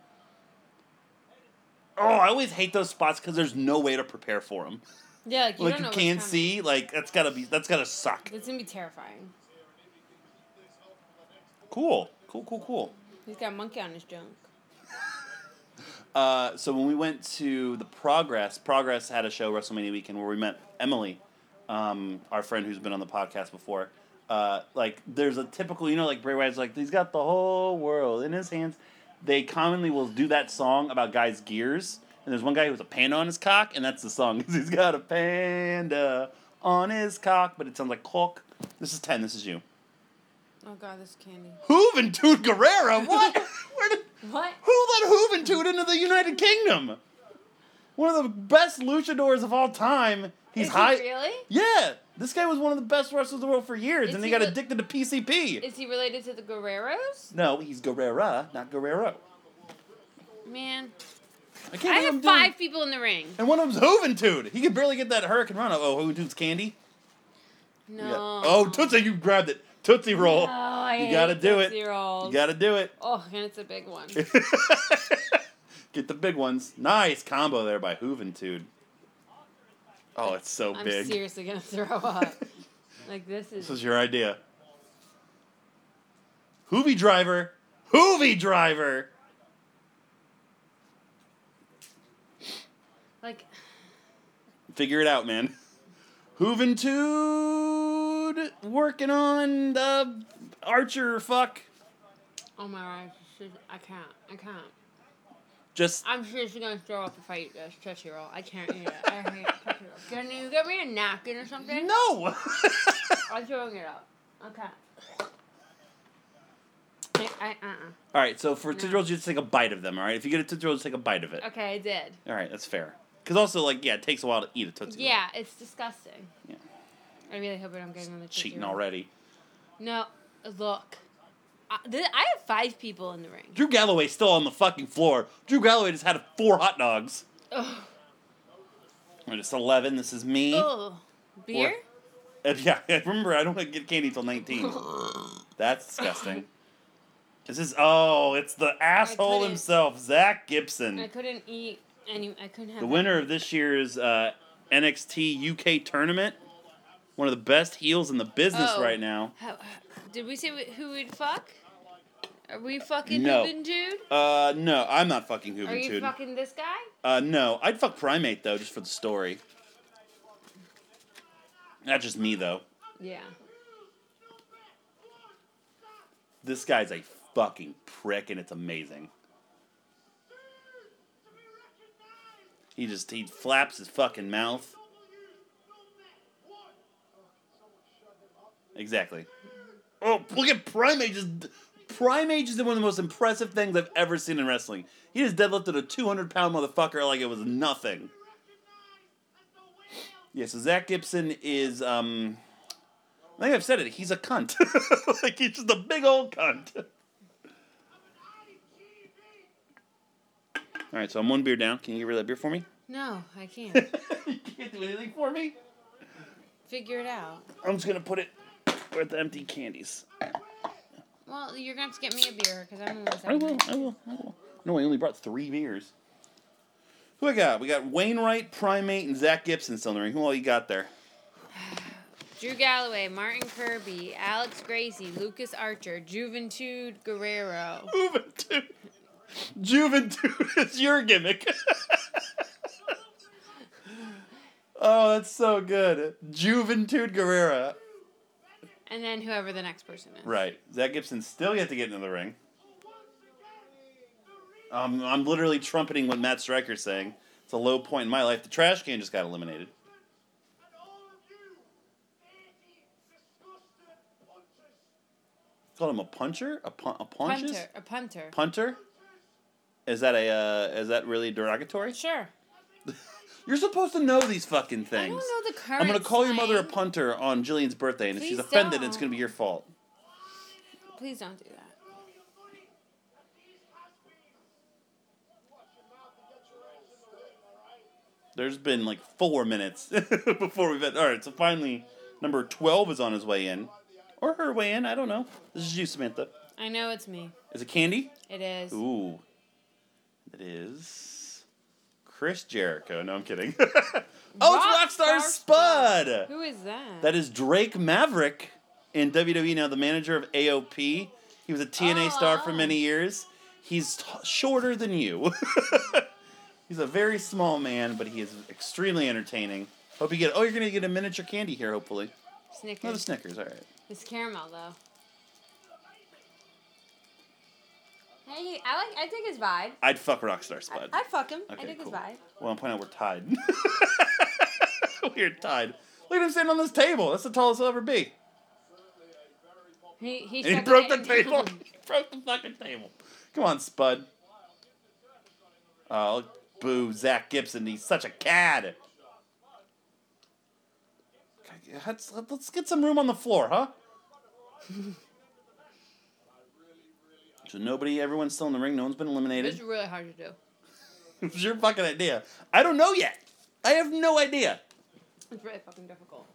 Speaker 1: Oh, I always hate those spots because there's no way to prepare for them.
Speaker 3: Yeah, like you
Speaker 1: like
Speaker 3: don't
Speaker 1: you
Speaker 3: know what's
Speaker 1: can't
Speaker 3: coming.
Speaker 1: see. Like that's gotta be. That's gotta suck.
Speaker 3: It's gonna be terrifying.
Speaker 1: Cool. Cool. Cool. Cool.
Speaker 3: He's got a monkey on his junk.
Speaker 1: Uh, so when we went to the Progress, Progress had a show WrestleMania weekend where we met Emily, um, our friend who's been on the podcast before. Uh, like there's a typical, you know, like Bray Wyatt's like he's got the whole world in his hands. They commonly will do that song about guys' gears, and there's one guy who has a panda on his cock, and that's the song 'cause he's got a panda on his cock, but it sounds like cock. This is ten. This is you.
Speaker 3: Oh god, this candy.
Speaker 1: Juventud Guerrera. What? Where did?
Speaker 3: What?
Speaker 1: Who let Juventud into the United Kingdom? One of the best luchadors of all time. He's
Speaker 2: Is he
Speaker 1: high.
Speaker 2: really?
Speaker 1: Yeah, this guy was one of the best wrestlers in the world for years,
Speaker 3: Is
Speaker 1: and he,
Speaker 3: he
Speaker 1: got
Speaker 3: the-
Speaker 1: addicted to PCP.
Speaker 3: Is he related to the Guerreros?
Speaker 1: No, he's Guerrera, not Guerrero.
Speaker 2: Man,
Speaker 1: I can't
Speaker 2: I
Speaker 1: believe I'm
Speaker 2: have
Speaker 1: doing-
Speaker 2: five people in the ring.
Speaker 1: And one of them's Juventud. He could barely get that Hurricane Run. Oh, Juventud's candy.
Speaker 2: No.
Speaker 1: You got- Oh, Tootsie, you grabbed it. Tootsie roll.
Speaker 3: Oh, I
Speaker 1: you gotta
Speaker 3: hate
Speaker 1: do it.
Speaker 3: Tootsie Rolls.
Speaker 1: You gotta do it.
Speaker 3: Oh, and it's a big one.
Speaker 1: Get the big ones. Nice combo there by Juventud. Oh, it's so
Speaker 3: I'm
Speaker 1: big.
Speaker 3: seriously gonna throw up. like this is.
Speaker 1: This is your idea. Hoovy driver. Hoovy driver.
Speaker 2: Like,
Speaker 1: Figure it out, man. Hooventude working on the Archer fuck.
Speaker 2: oh my god, this is- I can't. I can't.
Speaker 1: Just
Speaker 2: I'm seriously gonna throw up if I eat this tootsie roll. I can't eat it. I hate tootsie roll. Can you get me a napkin or something?
Speaker 1: no.
Speaker 2: I'm throwing it up. I can't. I, I, uh-uh.
Speaker 1: All right, so for Tootsie Rolls, you just take a bite of them, all right? If you get a Tootsie Roll, just take a bite of it.
Speaker 2: Okay, I did.
Speaker 1: All right, that's fair. Because also, like, yeah, it takes a while to eat a Tootsie Roll.
Speaker 2: Yeah, it's disgusting.
Speaker 1: Yeah.
Speaker 2: I really hope I don't get another Tootsie
Speaker 1: Cheating
Speaker 2: Roll.
Speaker 1: already.
Speaker 2: No, look. I, th- I have five people in the ring.
Speaker 1: Drew Galloway's still on the fucking floor. Drew Galloway just had four hot dogs.
Speaker 2: Ugh.
Speaker 1: I'm just 11. This is me.
Speaker 2: Oh, beer?
Speaker 1: And yeah, remember, I don't want to get candy till 19. That's disgusting. This is, oh, it's the asshole
Speaker 2: couldn't-
Speaker 1: himself, Zach
Speaker 2: I
Speaker 1: Gibson.
Speaker 2: couldn't eat any. I couldn't have.
Speaker 1: The winner of this year's uh, NXT UK tournament. One of the best heels in the business
Speaker 2: Oh.
Speaker 1: right now.
Speaker 2: How, did we say wh- who we'd fuck? Are we fucking
Speaker 1: No.
Speaker 2: Ruben dude?
Speaker 1: Uh, no, I'm not fucking
Speaker 2: Are you
Speaker 1: Hooventude.
Speaker 2: fucking this guy?
Speaker 1: Uh, no, I'd fuck Primate though, just for the story. Not just me though.
Speaker 2: Yeah.
Speaker 1: This guy's a fucking prick, and it's amazing. He just he flaps his fucking mouth. Exactly. Oh, look at Primate just. Primate just did one of the most impressive things I've ever seen in wrestling. He just deadlifted a 200 pound motherfucker like it was nothing. Yeah, so Zach Gibson is, um, I think I've said it, he's a cunt. like, he's just a big old cunt. All right, so I'm one beer down. Can you get rid of that beer for me?
Speaker 2: No, I can't.
Speaker 1: you can't do anything for me.
Speaker 2: Figure it out.
Speaker 1: I'm just going to put it with the empty candies.
Speaker 2: Well, you're gonna have to get me a beer because I'm almost
Speaker 1: I will, I will, I will. No, I only brought three beers. Who I got? We got Wainwright, Primate, and Zach Gibson still in the ring. Who all you got there?
Speaker 2: Drew Galloway, Martin Kirby, Alex Gracie, Lucas Archer, Juventud Guerrero.
Speaker 1: Juventude. Juventude is your gimmick. oh, that's so good. Juventude Guerrera.
Speaker 2: And then whoever the next person is.
Speaker 1: Right. Zach Gibson still yet to get into the ring. Um, I'm literally trumpeting what Matt Stryker's saying. It's a low point in my life. The trash can just got eliminated. Called him a puncher? A, pun- a punches?
Speaker 2: Punter. A punter.
Speaker 1: Punter? Is that a uh, is that really derogatory?
Speaker 2: sure.
Speaker 1: You're supposed to know these fucking
Speaker 2: I
Speaker 1: things.
Speaker 2: don't know the current
Speaker 1: I'm gonna call your mother a
Speaker 2: slang.
Speaker 1: punter on Jillian's birthday, and if she's
Speaker 2: Please
Speaker 1: offended, it's
Speaker 2: don't.
Speaker 1: gonna be your fault.
Speaker 2: Please don't do that.
Speaker 1: There's been like four minutes before we've had. All right, so finally, number 12 is on his way in. Or her way in, I don't know. This is you, Samantha.
Speaker 2: I know it's me.
Speaker 1: Is it candy?
Speaker 2: It is.
Speaker 1: Ooh. It is. Chris Jericho. No, I'm kidding. oh, it's Rockstar
Speaker 2: Rockstar
Speaker 1: Spud!
Speaker 2: Who is that?
Speaker 1: That is Drake Maverick in WWE now, the manager of AOP. He was a TNA
Speaker 2: Oh,
Speaker 1: star for
Speaker 2: oh.
Speaker 1: many years. He's t- shorter than you. He's a very small man, but he is extremely entertaining. Hope you get. Oh, you're gonna get a miniature candy here, hopefully.
Speaker 2: Snickers.
Speaker 1: Another Snickers. All right.
Speaker 2: It's caramel though. Hey, I like. I dig his vibe.
Speaker 1: I'd fuck Rockstar Spud.
Speaker 2: I fuck him.
Speaker 1: Okay,
Speaker 2: I dig
Speaker 1: cool.
Speaker 2: his vibe.
Speaker 1: Well, I'm pointing out we're tied. we're tied. Look at him sitting on this table. That's the tallest he'll ever be.
Speaker 2: He he,
Speaker 1: And he
Speaker 2: shook
Speaker 1: broke the
Speaker 2: it.
Speaker 1: table. he broke the fucking table. Come on, Spud. Oh, boo, Zach Gibson. He's such a cad. Okay, Let's, let's get some room on the floor, huh? so nobody, everyone's still in the ring. No one's been eliminated.
Speaker 2: it's really hard to do.
Speaker 1: It was your fucking idea. I don't know yet. I have no idea.
Speaker 2: It's really fucking difficult.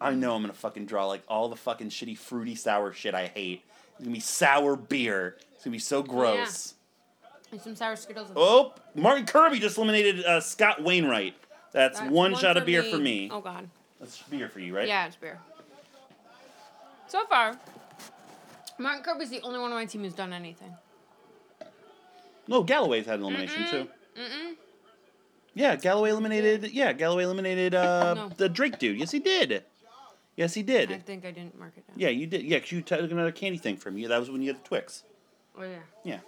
Speaker 1: I know I'm gonna fucking draw like all the fucking shitty fruity sour shit I hate. It's gonna be sour beer. It's gonna be so gross.
Speaker 2: And some sour skittles.
Speaker 1: Oh, Martin Kirby just eliminated uh, Scott Wainwright. That's,
Speaker 2: That's
Speaker 1: one, shot of
Speaker 2: for
Speaker 1: beer for me.
Speaker 2: Oh god.
Speaker 1: That's beer for you, right?
Speaker 2: Yeah, it's beer. So far, Martin Kirby's the only one on my team who's done anything.
Speaker 1: No, Galloway's had an elimination too. Mm-mm. Yeah, Galloway eliminated. Yeah, Galloway eliminated uh,
Speaker 2: No.
Speaker 1: the Drake dude. Yes, he did. Yes, he
Speaker 2: I
Speaker 1: did.
Speaker 2: think I didn't mark it down.
Speaker 1: Yeah, you did. Yeah, 'cause you took another candy thing from you. That was when you had the Twix.
Speaker 2: Oh yeah.
Speaker 1: Yeah.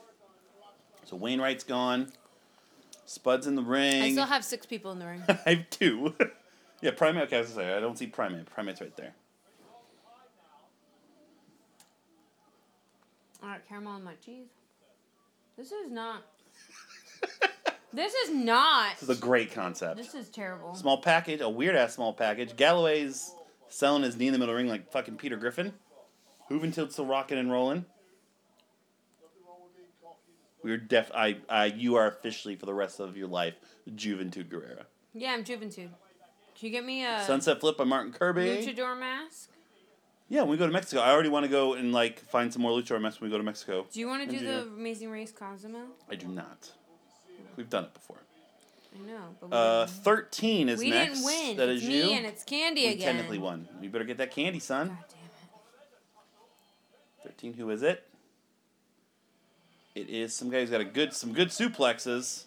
Speaker 1: So Wainwright's gone. Spud's in the ring.
Speaker 2: I still have six people in the ring.
Speaker 1: I have two. yeah, primate. Okay, I was gonna say I don't see primate. Primate's right there.
Speaker 2: All right, caramel on my cheese. This is not. this is not.
Speaker 1: This is a great concept.
Speaker 2: This is terrible.
Speaker 1: Small package, a weird ass small package. Galloway's selling his knee in the middle of the ring like fucking Peter Griffin. Hooventilt's still rocking and rolling. We're def. I. I. You are officially for the rest of your life, Juventud Guerrera.
Speaker 2: Yeah, I'm juventude. Can you get me a
Speaker 1: Sunset Flip by Martin Kirby.
Speaker 2: luchador mask?
Speaker 1: Yeah, when we go to Mexico, I already want to go and like find some more luchador masks when we go to Mexico.
Speaker 2: Do you want to do
Speaker 1: Yeah.
Speaker 2: the Amazing Race Cozumel?
Speaker 1: I do not. We've done it before.
Speaker 2: I know, but we,
Speaker 1: Uh,
Speaker 2: didn't.
Speaker 1: thirteen is
Speaker 2: We
Speaker 1: next.
Speaker 2: didn't win.
Speaker 1: That
Speaker 2: it's
Speaker 1: is
Speaker 2: me
Speaker 1: you.
Speaker 2: and it's Candy
Speaker 1: we
Speaker 2: again.
Speaker 1: technically won. You better get that candy, son.
Speaker 2: God damn
Speaker 1: Thirteen. Who is it? It is some guy who's got a good some good suplexes.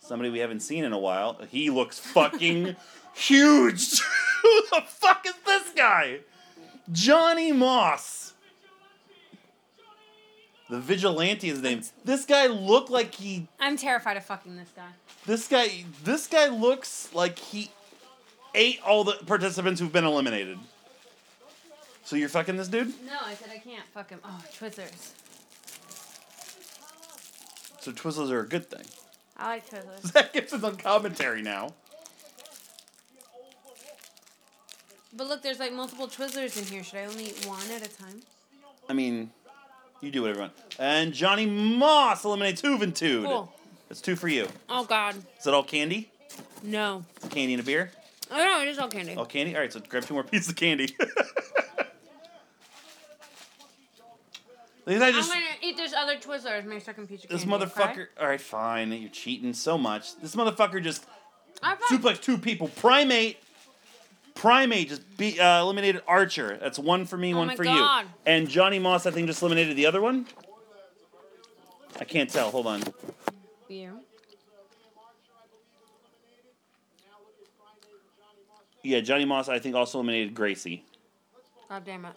Speaker 1: Somebody we haven't seen in a while. He looks fucking huge. Who the fuck is this guy? Johnny Moss. The vigilante is his name. This guy looked like he
Speaker 2: it! I'm terrified of fucking this guy.
Speaker 1: This guy, this guy looks like he ate all the participants who've been eliminated. So you're fucking this dude?
Speaker 2: No, I said I can't fuck him. Oh, Twizzlers.
Speaker 1: So Twizzlers are a good thing.
Speaker 2: I like Twizzlers.
Speaker 1: Zach Gibson's on commentary now.
Speaker 2: But look, there's like multiple Twizzlers in here. Should I only eat one at a time?
Speaker 1: I mean, you do whatever you want. And Johnny Moss eliminates Juventude.
Speaker 2: Cool.
Speaker 1: That's two for you.
Speaker 2: Oh God,
Speaker 1: Is it all candy?
Speaker 2: no.
Speaker 1: It's candy and a beer?
Speaker 2: Oh no, it is all candy.
Speaker 1: All candy? All right, so grab two more pieces of candy. These I
Speaker 2: I'm
Speaker 1: just.
Speaker 2: gonna eat this other Twizzler as my second piece of
Speaker 1: This
Speaker 2: candy.
Speaker 1: motherfucker. All right, fine. You're cheating so much. This motherfucker just
Speaker 2: I
Speaker 1: suplex two people. Primate. Primate just be, uh, eliminated Archer. That's one for me,
Speaker 2: Oh
Speaker 1: one
Speaker 2: my
Speaker 1: for
Speaker 2: God.
Speaker 1: you. And Johnny Moss, I think, just eliminated the other one. I can't tell. Hold on.
Speaker 2: you.
Speaker 1: Yeah, Johnny Moss, I think, also eliminated Gracie.
Speaker 2: God damn it.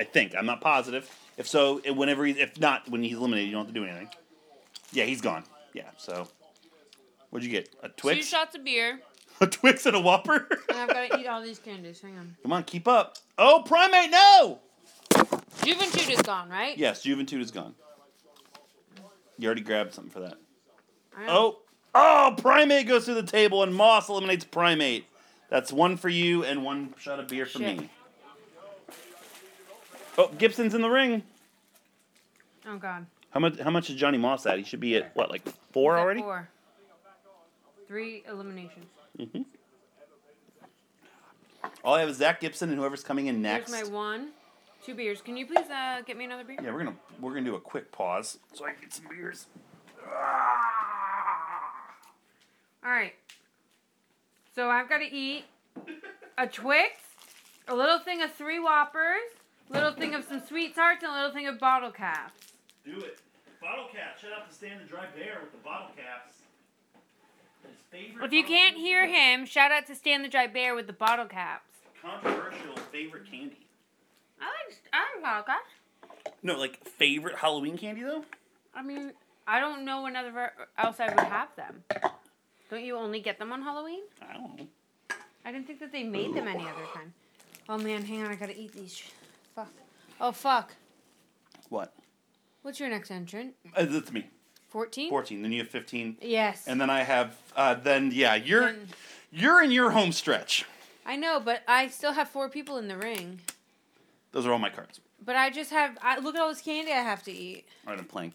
Speaker 1: I think. I'm not positive. If so, and whenever he's, if not, when he's eliminated, you don't have to do anything. Yeah, he's gone. Yeah, so. What'd you get? A
Speaker 2: Two
Speaker 1: Twix?
Speaker 2: shots of beer,
Speaker 1: A Twix and a Whopper?
Speaker 2: and I've got to eat all these candies. Hang on.
Speaker 1: Come on, keep up. Oh, Primate, no!
Speaker 2: Juventude is gone, right?
Speaker 1: Yes, Juventude is gone. You already grabbed something for that.
Speaker 2: I know.
Speaker 1: Oh, oh, Primate goes through the table and Moss eliminates Primate. That's one for you and one shot of beer for
Speaker 2: Shit.
Speaker 1: me. Oh, Gibson's in the ring.
Speaker 2: Oh God.
Speaker 1: How much? How much is Johnny Moss at? He should be at what, like four
Speaker 2: Is that
Speaker 1: already?
Speaker 2: Four. Three eliminations.
Speaker 1: All I have is Zach Gibson and whoever's coming in next.
Speaker 2: Here's my one, two beers. Can you please uh, get me another beer?
Speaker 1: Yeah, we're gonna we're gonna do a quick pause so I can get some beers. Ah!
Speaker 2: All right. So I've got to eat a Twix, a little thing of three Whoppers, little thing of some sweet tarts, and a little thing of bottle caps.
Speaker 1: Do it. Bottle cap. Shut up to stand and dry bear with the bottle caps. His favorite
Speaker 2: If you can't hear him, shout out to Stan the Dry Bear with the bottle caps.
Speaker 1: controversial favorite candy.
Speaker 2: I like I like bottle caps.
Speaker 1: No, like favorite Halloween candy though.
Speaker 2: I mean, I don't know another else I would have them. Don't you only get them on Halloween?
Speaker 1: I don't know.
Speaker 2: I didn't think that they made them any other time. Oh man, hang on, I gotta eat these. Fuck. Oh fuck.
Speaker 1: What?
Speaker 2: What's your next entrant?
Speaker 1: Uh, that's me.
Speaker 2: 14?
Speaker 1: Fourteen. Then you have fifteen,
Speaker 2: Yes. Mm.
Speaker 1: and then I have. Uh, then yeah, you're
Speaker 2: Then-
Speaker 1: you're in your home stretch.
Speaker 2: I know, but I still have four people in the ring.
Speaker 1: Those are all my cards.
Speaker 2: But I just have. I, look at all this candy I have to eat.
Speaker 1: All right, I'm playing.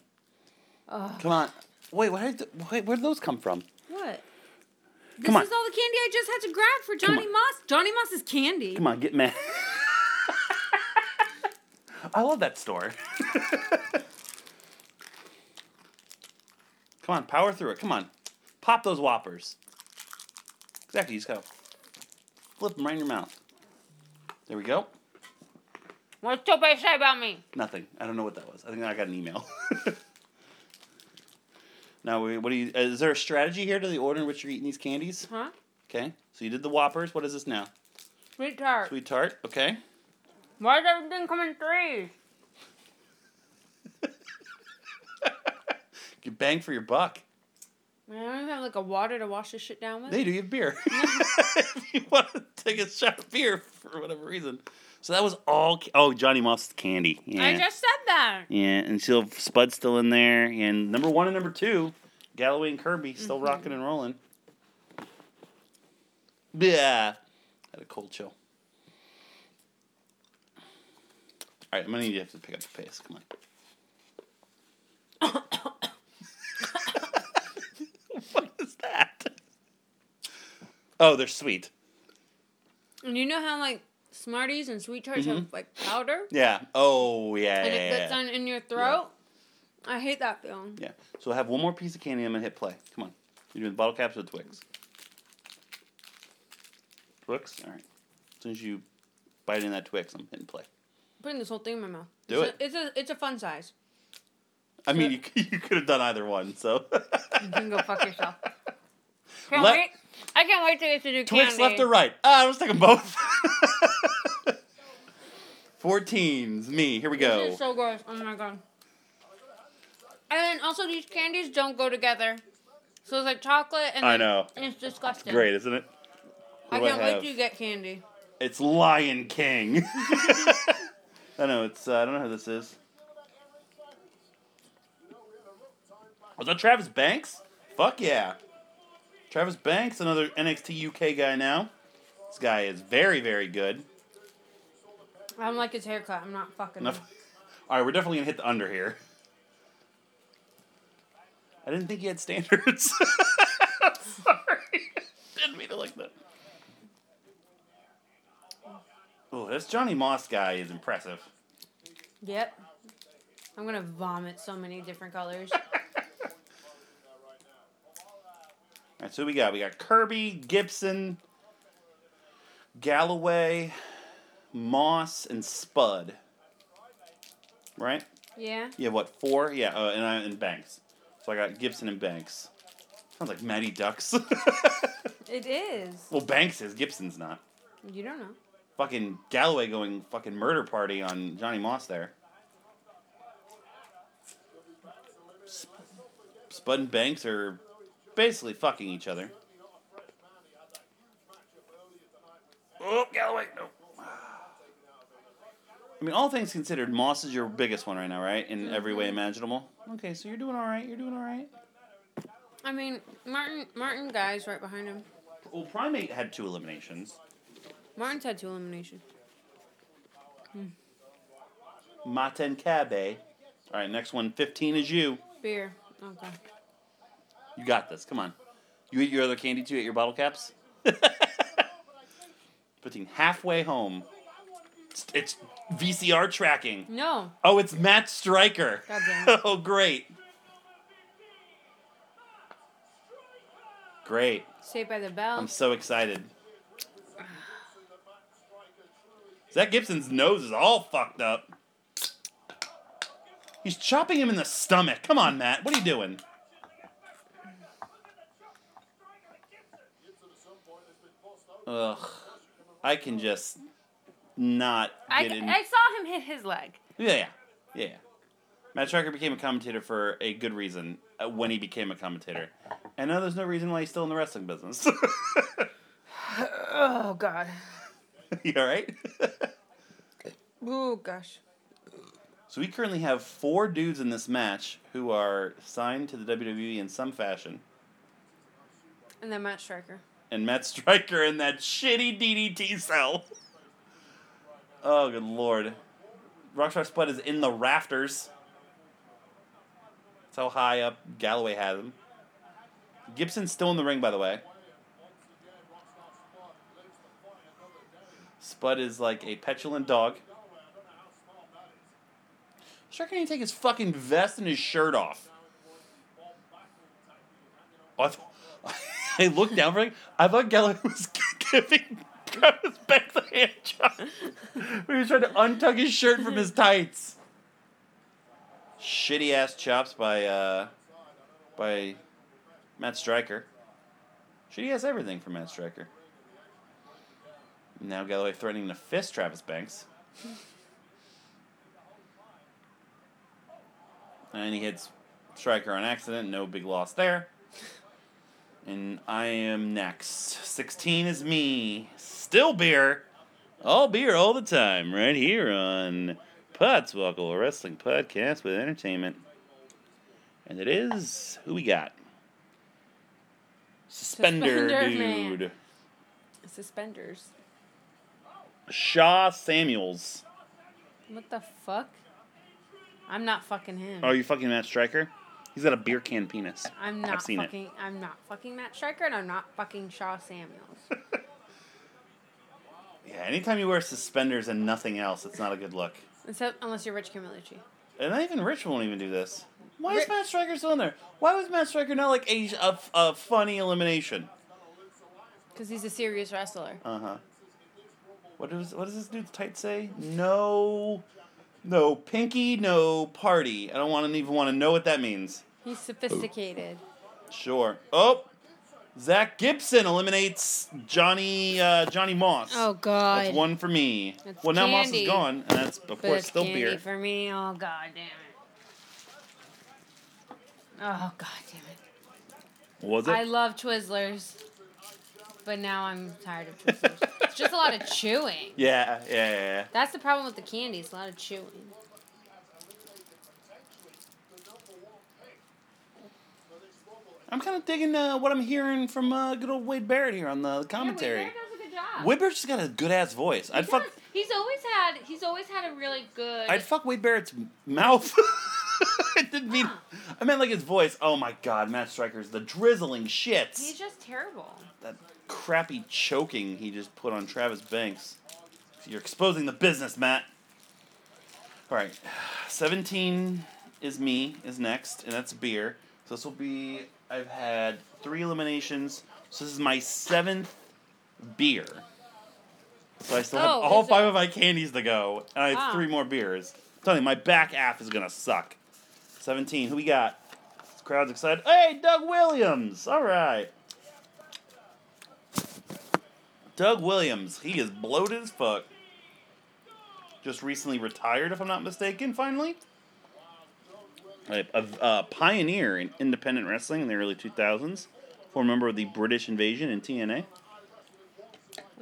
Speaker 2: Ugh.
Speaker 1: Come on. Wait, where did wait, where did those come from?
Speaker 2: What? This
Speaker 1: Come on.
Speaker 2: is all the candy I just had to grab for Johnny
Speaker 1: on.
Speaker 2: Moss. Johnny Moss is candy.
Speaker 1: Come on, get mad. I love that store. Come on, power through it. Come on. Pop those whoppers. Exactly, you just go. Flip them right in your mouth. There we go.
Speaker 2: What's so bad say about me?
Speaker 1: Nothing. I don't know what that was. I think I got an email. now, we- what do you? Is there a strategy here to the order in which you're eating these candies?
Speaker 2: Huh?
Speaker 1: Okay. So you did the Whoppers. What is this now?
Speaker 2: Sweet tart.
Speaker 1: Sweet tart. Okay.
Speaker 2: Why does everything come in threes?
Speaker 1: You bang for your buck.
Speaker 2: Man, I don't even have like a water to wash this shit down with.
Speaker 1: They do get beer. if you want to take a shot of beer for whatever reason. So that was all. Ca- oh, Johnny Muff's candy. Yeah.
Speaker 2: I just said that.
Speaker 1: yeah, and still Spud's still in there, and number one and number two, Galloway and Kirby still rocking and rolling. Yeah, had a cold chill. All right, I'm gonna need you to have to pick up the pace. Come on. what is that? Oh, they're sweet.
Speaker 2: And you know how like Smarties and sweet tarts have like powder,
Speaker 1: Yeah. Oh, yeah. yeah,
Speaker 2: and it
Speaker 1: Mm-hmm. yeah,
Speaker 2: gets
Speaker 1: yeah.
Speaker 2: on in your throat. I hate that feeling.
Speaker 1: Yeah. So I have one more piece of candy. I'm gonna hit play. Come on. You're doing bottle caps with Twix. Twix. All right. As soon as you bite in that Twix, I'm hitting play.
Speaker 2: putting this whole thing in my mouth.
Speaker 1: Do it.
Speaker 2: it's A, it's a it's a fun size.
Speaker 1: I mean, you, c- you could have done either one. So
Speaker 2: You can go fuck yourself. Can't
Speaker 1: Let-
Speaker 2: wait. I can't wait to get to do
Speaker 1: Twix
Speaker 2: candy.
Speaker 1: left or right? Ah, I was taking both. Fourteens, me. Here we
Speaker 2: This
Speaker 1: go.
Speaker 2: is so gross. Oh my god. And also, these candies don't go together. So it's like chocolate and
Speaker 1: I
Speaker 2: then-
Speaker 1: know.
Speaker 2: and it's disgusting.
Speaker 1: Great, isn't it?
Speaker 2: I
Speaker 1: What do I
Speaker 2: can't wait
Speaker 1: have?
Speaker 2: to get candy.
Speaker 1: It's Lion King. I know it's. Uh, I don't know who this is. Was that Travis Banks? Fuck yeah. Travis Banks, another NXT UK guy now. This guy is very, very good.
Speaker 2: I don't like his haircut. I'm not fucking.
Speaker 1: Enough. All right, we're definitely gonna hit the under here. I didn't think he had standards. I'm Sorry, didn't mean to like that. Oh, this Johnny Moss guy is impressive.
Speaker 2: Yep. I'm gonna vomit so many different colors.
Speaker 1: All right, so who we got we got Kirby, Gibson, Galloway, Moss, and Spud. Right?
Speaker 2: yeah.
Speaker 1: You have what four? Yeah, uh, and I and Banks. So I got Gibson and Banks. Sounds like Matty Ducks.
Speaker 2: It is.
Speaker 1: well, Banks is Gibson's not.
Speaker 2: You don't know.
Speaker 1: Fucking Galloway going fucking murder party on Johnny Moss there. Sp- Spud and Banks are basically fucking each other. Oh, Galloway, no. I mean, all things considered, Moss is your biggest one right now, right? In every way imaginable. Okay, so you're doing all right. You're doing all right.
Speaker 2: I mean, Martin Martin guy's right behind him.
Speaker 1: Well, Primate had two eliminations.
Speaker 2: Martin's had two elimination.
Speaker 1: Maten Cabe. All right, next one. 15 is you.
Speaker 2: Beer. Oh Okay.
Speaker 1: You got this. Come on. You eat your other candy too at your bottle caps? Putting halfway home. It's, it's VCR tracking.
Speaker 2: No.
Speaker 1: Oh, it's Matt Stryker.
Speaker 2: God damn it.
Speaker 1: oh, great. Great.
Speaker 2: Saved by the Bell.
Speaker 1: I'm so excited. Zach Gibson's nose is all fucked up. He's chopping him in the stomach. Come on, Matt. What are you doing? Ugh. I can just not
Speaker 2: I,
Speaker 1: get in.
Speaker 2: I saw him hit his leg.
Speaker 1: Yeah, yeah, yeah. Matt Striker became a commentator for a good reason uh, when he became a commentator. And now there's no reason why he's still in the wrestling business.
Speaker 2: Oh God.
Speaker 1: you all right?
Speaker 2: Oh gosh.
Speaker 1: so we currently have four dudes in this match who are signed to the WWE in some fashion.
Speaker 2: And then Matt Striker.
Speaker 1: And Matt Striker in that shitty DDT cell. oh, good lord. Rockstar Spud is in the rafters. That's how high up Galloway has him. Gibson's still in the ring, by the way. Spud is like a petulant dog. Sure can't even take his fucking vest and his shirt off. Oh, I, th- I looked down for like I thought Galloway was giving got his back the hand job. He was trying to untug his shirt from his tights. Shitty ass chops by uh, by Matt Stryker. Shitty ass everything from Matt Stryker. Now Galloway threatening to fist Travis Banks. and he hits Stryker on accident. No big loss there. And I am next. 16 is me. Still beer. All beer all the time, right here on Podswoggle, a wrestling podcast with entertainment. And it is who we got? Suspender,
Speaker 2: Suspender man.
Speaker 1: dude.
Speaker 2: Suspenders.
Speaker 1: Shaw Samuels.
Speaker 2: What the fuck? I'm not fucking him.
Speaker 1: Are you fucking Matt Stryker? He's got a beer can penis.
Speaker 2: I'm
Speaker 1: Oh, I've
Speaker 2: not
Speaker 1: seen it.
Speaker 2: fucking. I'm not fucking Matt Stryker, and I'm not fucking Shaw Samuels.
Speaker 1: Yeah, anytime you wear suspenders and nothing else, it's not a good look.
Speaker 2: Except unless you're Rich Camillucci.
Speaker 1: And not even Rich won't even do this. Why is
Speaker 2: Ri-
Speaker 1: Matt Stryker still in there? Why was Matt Stryker not like a, a, a funny elimination?
Speaker 2: Because he's a serious wrestler.
Speaker 1: Uh huh. What does what does this dude's tight say? No, no pinky, no party. I don't want to even want to know what that means.
Speaker 2: He's sophisticated.
Speaker 1: Sure. Oh, Zach Gibson eliminates Johnny uh, Johnny Moss.
Speaker 2: Oh god.
Speaker 1: That's one for me.
Speaker 2: That's
Speaker 1: well, now Moss
Speaker 2: candy.
Speaker 1: is gone, and that's of
Speaker 2: But
Speaker 1: course
Speaker 2: it's
Speaker 1: still
Speaker 2: candy
Speaker 1: beer.
Speaker 2: for me. Oh god damn it. Oh god damn it.
Speaker 1: Was it?
Speaker 2: I love Twizzlers, but now I'm tired of Twizzlers. it's just a lot of chewing.
Speaker 1: yeah, yeah, yeah,
Speaker 2: That's the problem with the candy. It's a lot of chewing.
Speaker 1: yeah. I'm kind of digging uh, what I'm hearing from uh, good old Wade Barrett here on the commentary.
Speaker 2: Yeah, Wade Barrett does a good job.
Speaker 1: Wade Barrett's just got a good ass voice. I'd
Speaker 2: He
Speaker 1: fuck.
Speaker 2: does. He's always had. He's always had a really good.
Speaker 1: I'd fuck Wade Barrett's m- mouth. I didn't mean. I meant like his voice. Oh my God, Matt Stryker's the drizzling shits.
Speaker 2: he's just terrible.
Speaker 1: that crappy choking he just put on Travis Banks. You're exposing the business, Matt. All right, 17 is me is next, and that's beer. So this will be I've had three eliminations. So this is my seventh beer. So I still have
Speaker 2: Oh,
Speaker 1: all
Speaker 2: is it-
Speaker 1: five of my candies to go, and I have
Speaker 2: Ah.
Speaker 1: three more beers. I'm telling you, my back half is gonna suck. 17. Who we got? crowd's excited. Hey, Doug Williams. All right. Doug Williams. He is bloated as fuck. Just recently retired, if I'm not mistaken. Finally, a, a, a pioneer in independent wrestling in the early 2000s. Former member of the British Invasion in TNA.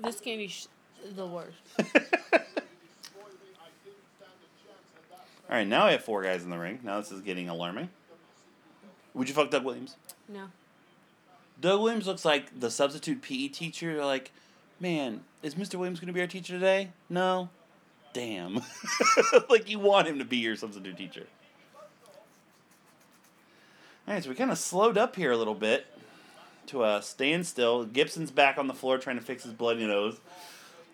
Speaker 2: This candy's sh- the worst.
Speaker 1: All right, now I have four guys in the ring. Now this is getting alarming. Would you fuck Doug Williams?
Speaker 2: No.
Speaker 1: Doug Williams looks like the substitute PE teacher. You're like, man, is Mr. Williams going to be our teacher today? No. Damn. like, you want him to be your substitute teacher. All right, so we kind of slowed up here a little bit to a standstill. Gibson's back on the floor trying to fix his bloody nose.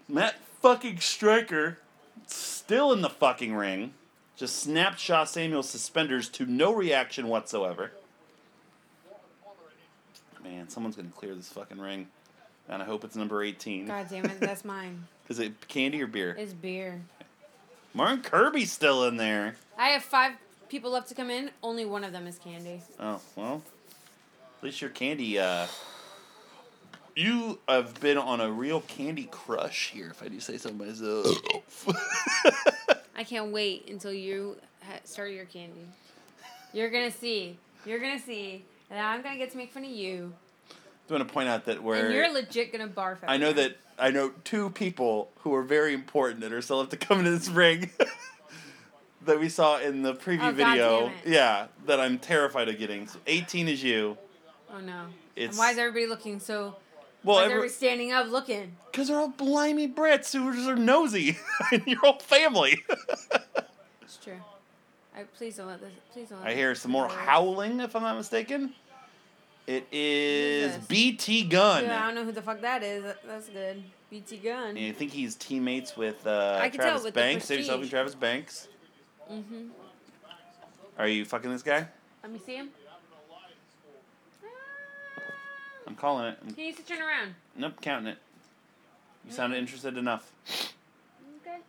Speaker 1: Matt fucking Striker still in the fucking ring. Just snapped Shaw Samuel's suspenders to no reaction whatsoever. Man, someone's gonna clear this fucking ring. And I hope it's number 18.
Speaker 2: God damn it. That's mine.
Speaker 1: Is it candy or beer?
Speaker 2: It's beer.
Speaker 1: Martin Kirby's still in there.
Speaker 2: I have five people left to come in. Only one of them is candy.
Speaker 1: Oh, well. At least your candy, uh. You have been on a real candy crush here, if I do say so myself.
Speaker 2: I can't wait until you ha- start your candy. You're gonna see. You're gonna see. And I'm gonna get to make fun of you.
Speaker 1: I want to point out that
Speaker 2: And you're
Speaker 1: we're.
Speaker 2: legit gonna barf.
Speaker 1: I know that I know two people who are very important that are still have to come into this ring that we saw in the preview
Speaker 2: Oh, God
Speaker 1: video.
Speaker 2: damn it.
Speaker 1: Yeah, that I'm terrified of getting. So 18 is you.
Speaker 2: Oh no.
Speaker 1: It's-
Speaker 2: and why is everybody looking so?
Speaker 1: Well,
Speaker 2: why is
Speaker 1: every-
Speaker 2: everybody standing up looking?
Speaker 1: Because they're all blimey Brits who are just are nosy. and your whole family.
Speaker 2: It's true. I please don't let this. Please don't. Let
Speaker 1: I
Speaker 2: this
Speaker 1: hear some more
Speaker 2: go.
Speaker 1: howling, if I'm not mistaken. It is
Speaker 2: Who's this?
Speaker 1: BT
Speaker 2: Dude, I don't
Speaker 1: Gun.
Speaker 2: know who the fuck that is. That- That's good. BT Gun.
Speaker 1: I think he's teammates with uh,
Speaker 2: I can tell
Speaker 1: Travis
Speaker 2: with the
Speaker 1: Banks. Save yourself
Speaker 2: prestige.
Speaker 1: and Travis Banks.
Speaker 2: Mhm.
Speaker 1: Are you fucking this guy?
Speaker 2: Let me see him.
Speaker 1: I'm calling it. I'm,
Speaker 2: He needs to turn around.
Speaker 1: nope, counting it. You sounded interested enough.
Speaker 4: Okay.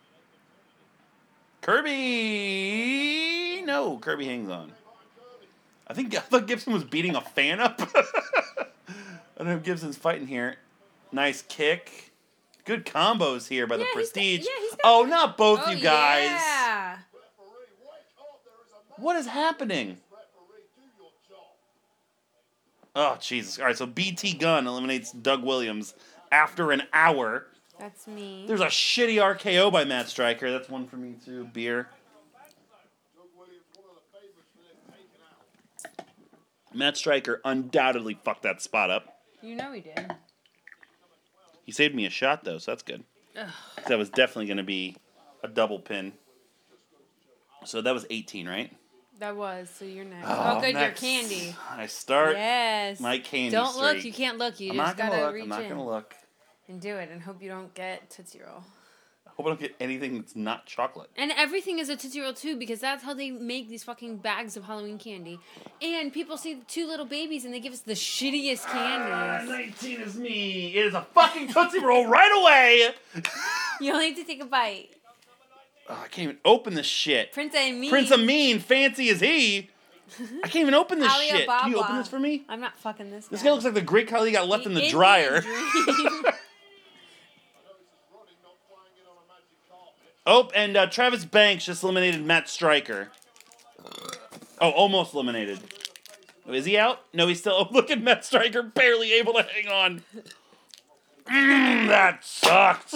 Speaker 1: Kirby. No, Kirby hangs on. I think I thought Gibson was beating a fan up. I don't know if Gibson's fighting here. Nice kick. Good combos here by the
Speaker 2: Yeah, he's got-
Speaker 1: Prestige.
Speaker 2: yeah, he's got-
Speaker 1: oh, not both
Speaker 2: Oh,
Speaker 1: you guys.
Speaker 2: Yeah.
Speaker 1: What is happening? Oh, Jesus. All right, so BT Gun eliminates Doug Williams after an hour.
Speaker 2: That's me.
Speaker 1: There's a shitty RKO by Matt Stryker. That's one for me, too. Beer. Matt Stryker undoubtedly fucked that spot up.
Speaker 2: You know he did.
Speaker 1: He saved me a shot, though, so that's good. That was definitely going to be a double pin. So that was 18, right?
Speaker 2: That was. So you're next.
Speaker 1: Oh,
Speaker 2: Oh, good. Your
Speaker 1: next.
Speaker 2: candy.
Speaker 1: I start.
Speaker 2: Yes.
Speaker 1: my candy
Speaker 2: Don't look.
Speaker 1: streak.
Speaker 2: You can't look. You
Speaker 1: I'm not
Speaker 2: just
Speaker 1: gonna
Speaker 2: gotta
Speaker 1: look.
Speaker 2: reach
Speaker 1: I'm not
Speaker 2: in
Speaker 1: gonna look.
Speaker 2: and do it, and hope you don't get tootsie roll.
Speaker 1: Hope I don't get anything that's not chocolate.
Speaker 2: And everything is a Tootsie Roll too, because that's how they make these fucking bags of Halloween candy. And people see the two little babies and they give us the shittiest candies.
Speaker 1: 19 Uh, is me. It is a fucking Tootsie Roll right away.
Speaker 2: You only have to take a bite.
Speaker 1: Oh, I can't even open this shit.
Speaker 2: Prince and me.
Speaker 1: Prince Amin, fancy as he. I can't even open this shit. Can you
Speaker 2: Alibaba.
Speaker 1: open this for me?
Speaker 2: I'm not fucking this guy.
Speaker 1: This guy looks like the great Khali got left in the
Speaker 2: Indian
Speaker 1: dryer.
Speaker 2: dream.
Speaker 1: Oh, and uh, Travis Banks just eliminated Matt Stryker. Oh, almost eliminated. Oh, Is he out? No, he's still. Oh, look at Matt Stryker, barely able to hang on. Mm, that sucked.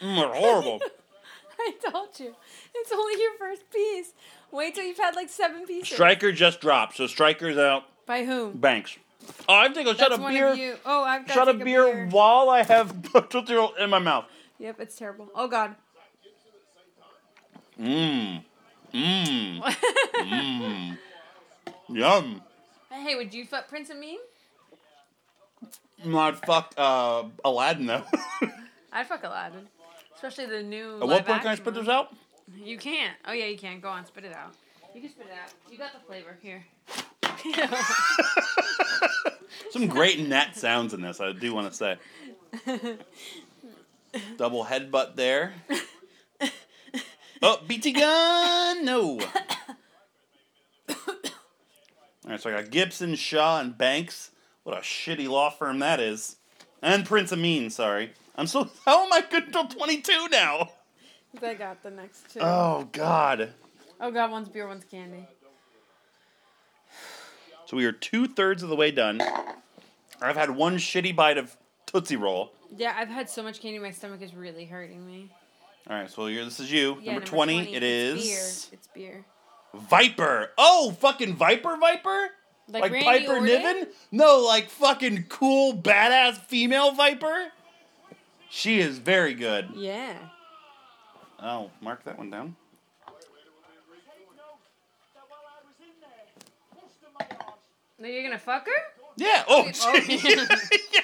Speaker 1: Mm, they're horrible.
Speaker 2: I told you. It's only your first piece. Wait till you've had like seven pieces.
Speaker 1: Stryker just dropped, so Stryker's out.
Speaker 2: By whom?
Speaker 1: Banks. Oh, I have to go shut
Speaker 2: That's
Speaker 1: a
Speaker 2: one
Speaker 1: beer.
Speaker 2: of you. Oh, I've got
Speaker 1: Shut
Speaker 2: to
Speaker 1: a
Speaker 2: take
Speaker 1: beer, while I have Tootsie Roll in my mouth.
Speaker 2: Yep, it's terrible. Oh god.
Speaker 1: Mmm. Mmm. Yum.
Speaker 2: Hey, would you fuck Prince and me?
Speaker 1: No, I'd fuck uh, Aladdin though.
Speaker 2: I'd fuck Aladdin. Especially the new.
Speaker 1: At what point can I spit this out?
Speaker 2: You can't. Oh yeah, you can. Go on, spit it out. You can spit it out. You got the flavor here.
Speaker 1: Some great net sounds in this, I do want to say. Double headbutt there. Oh, BT gun! No. All right, so I got Gibson, Shaw, and Banks. What a shitty law firm that is. And Prince Amin, sorry. I'm so. How am I good until 22 now?
Speaker 2: I got the next two.
Speaker 1: Oh, God.
Speaker 2: oh god, one's beer, one's candy.
Speaker 1: So we are two thirds of the way done. I've had one shitty bite of Tootsie Roll.
Speaker 2: Yeah, I've had so much candy, my stomach is really hurting me.
Speaker 1: All right, so here, this is you.
Speaker 2: Yeah,
Speaker 1: number, 20, it
Speaker 2: it's
Speaker 1: is
Speaker 2: Beer. It's beer.
Speaker 1: Viper. Oh, fucking Viper Viper?
Speaker 2: Like
Speaker 1: Like,
Speaker 2: Randy
Speaker 1: Piper
Speaker 2: Orton?
Speaker 1: Niven? No, like fucking cool, badass female Viper? She is very good.
Speaker 2: Yeah.
Speaker 1: Oh, mark that one down.
Speaker 2: No, you're gonna fuck her?
Speaker 1: Yeah. Oh,
Speaker 2: Oh.
Speaker 1: gee. Yeah.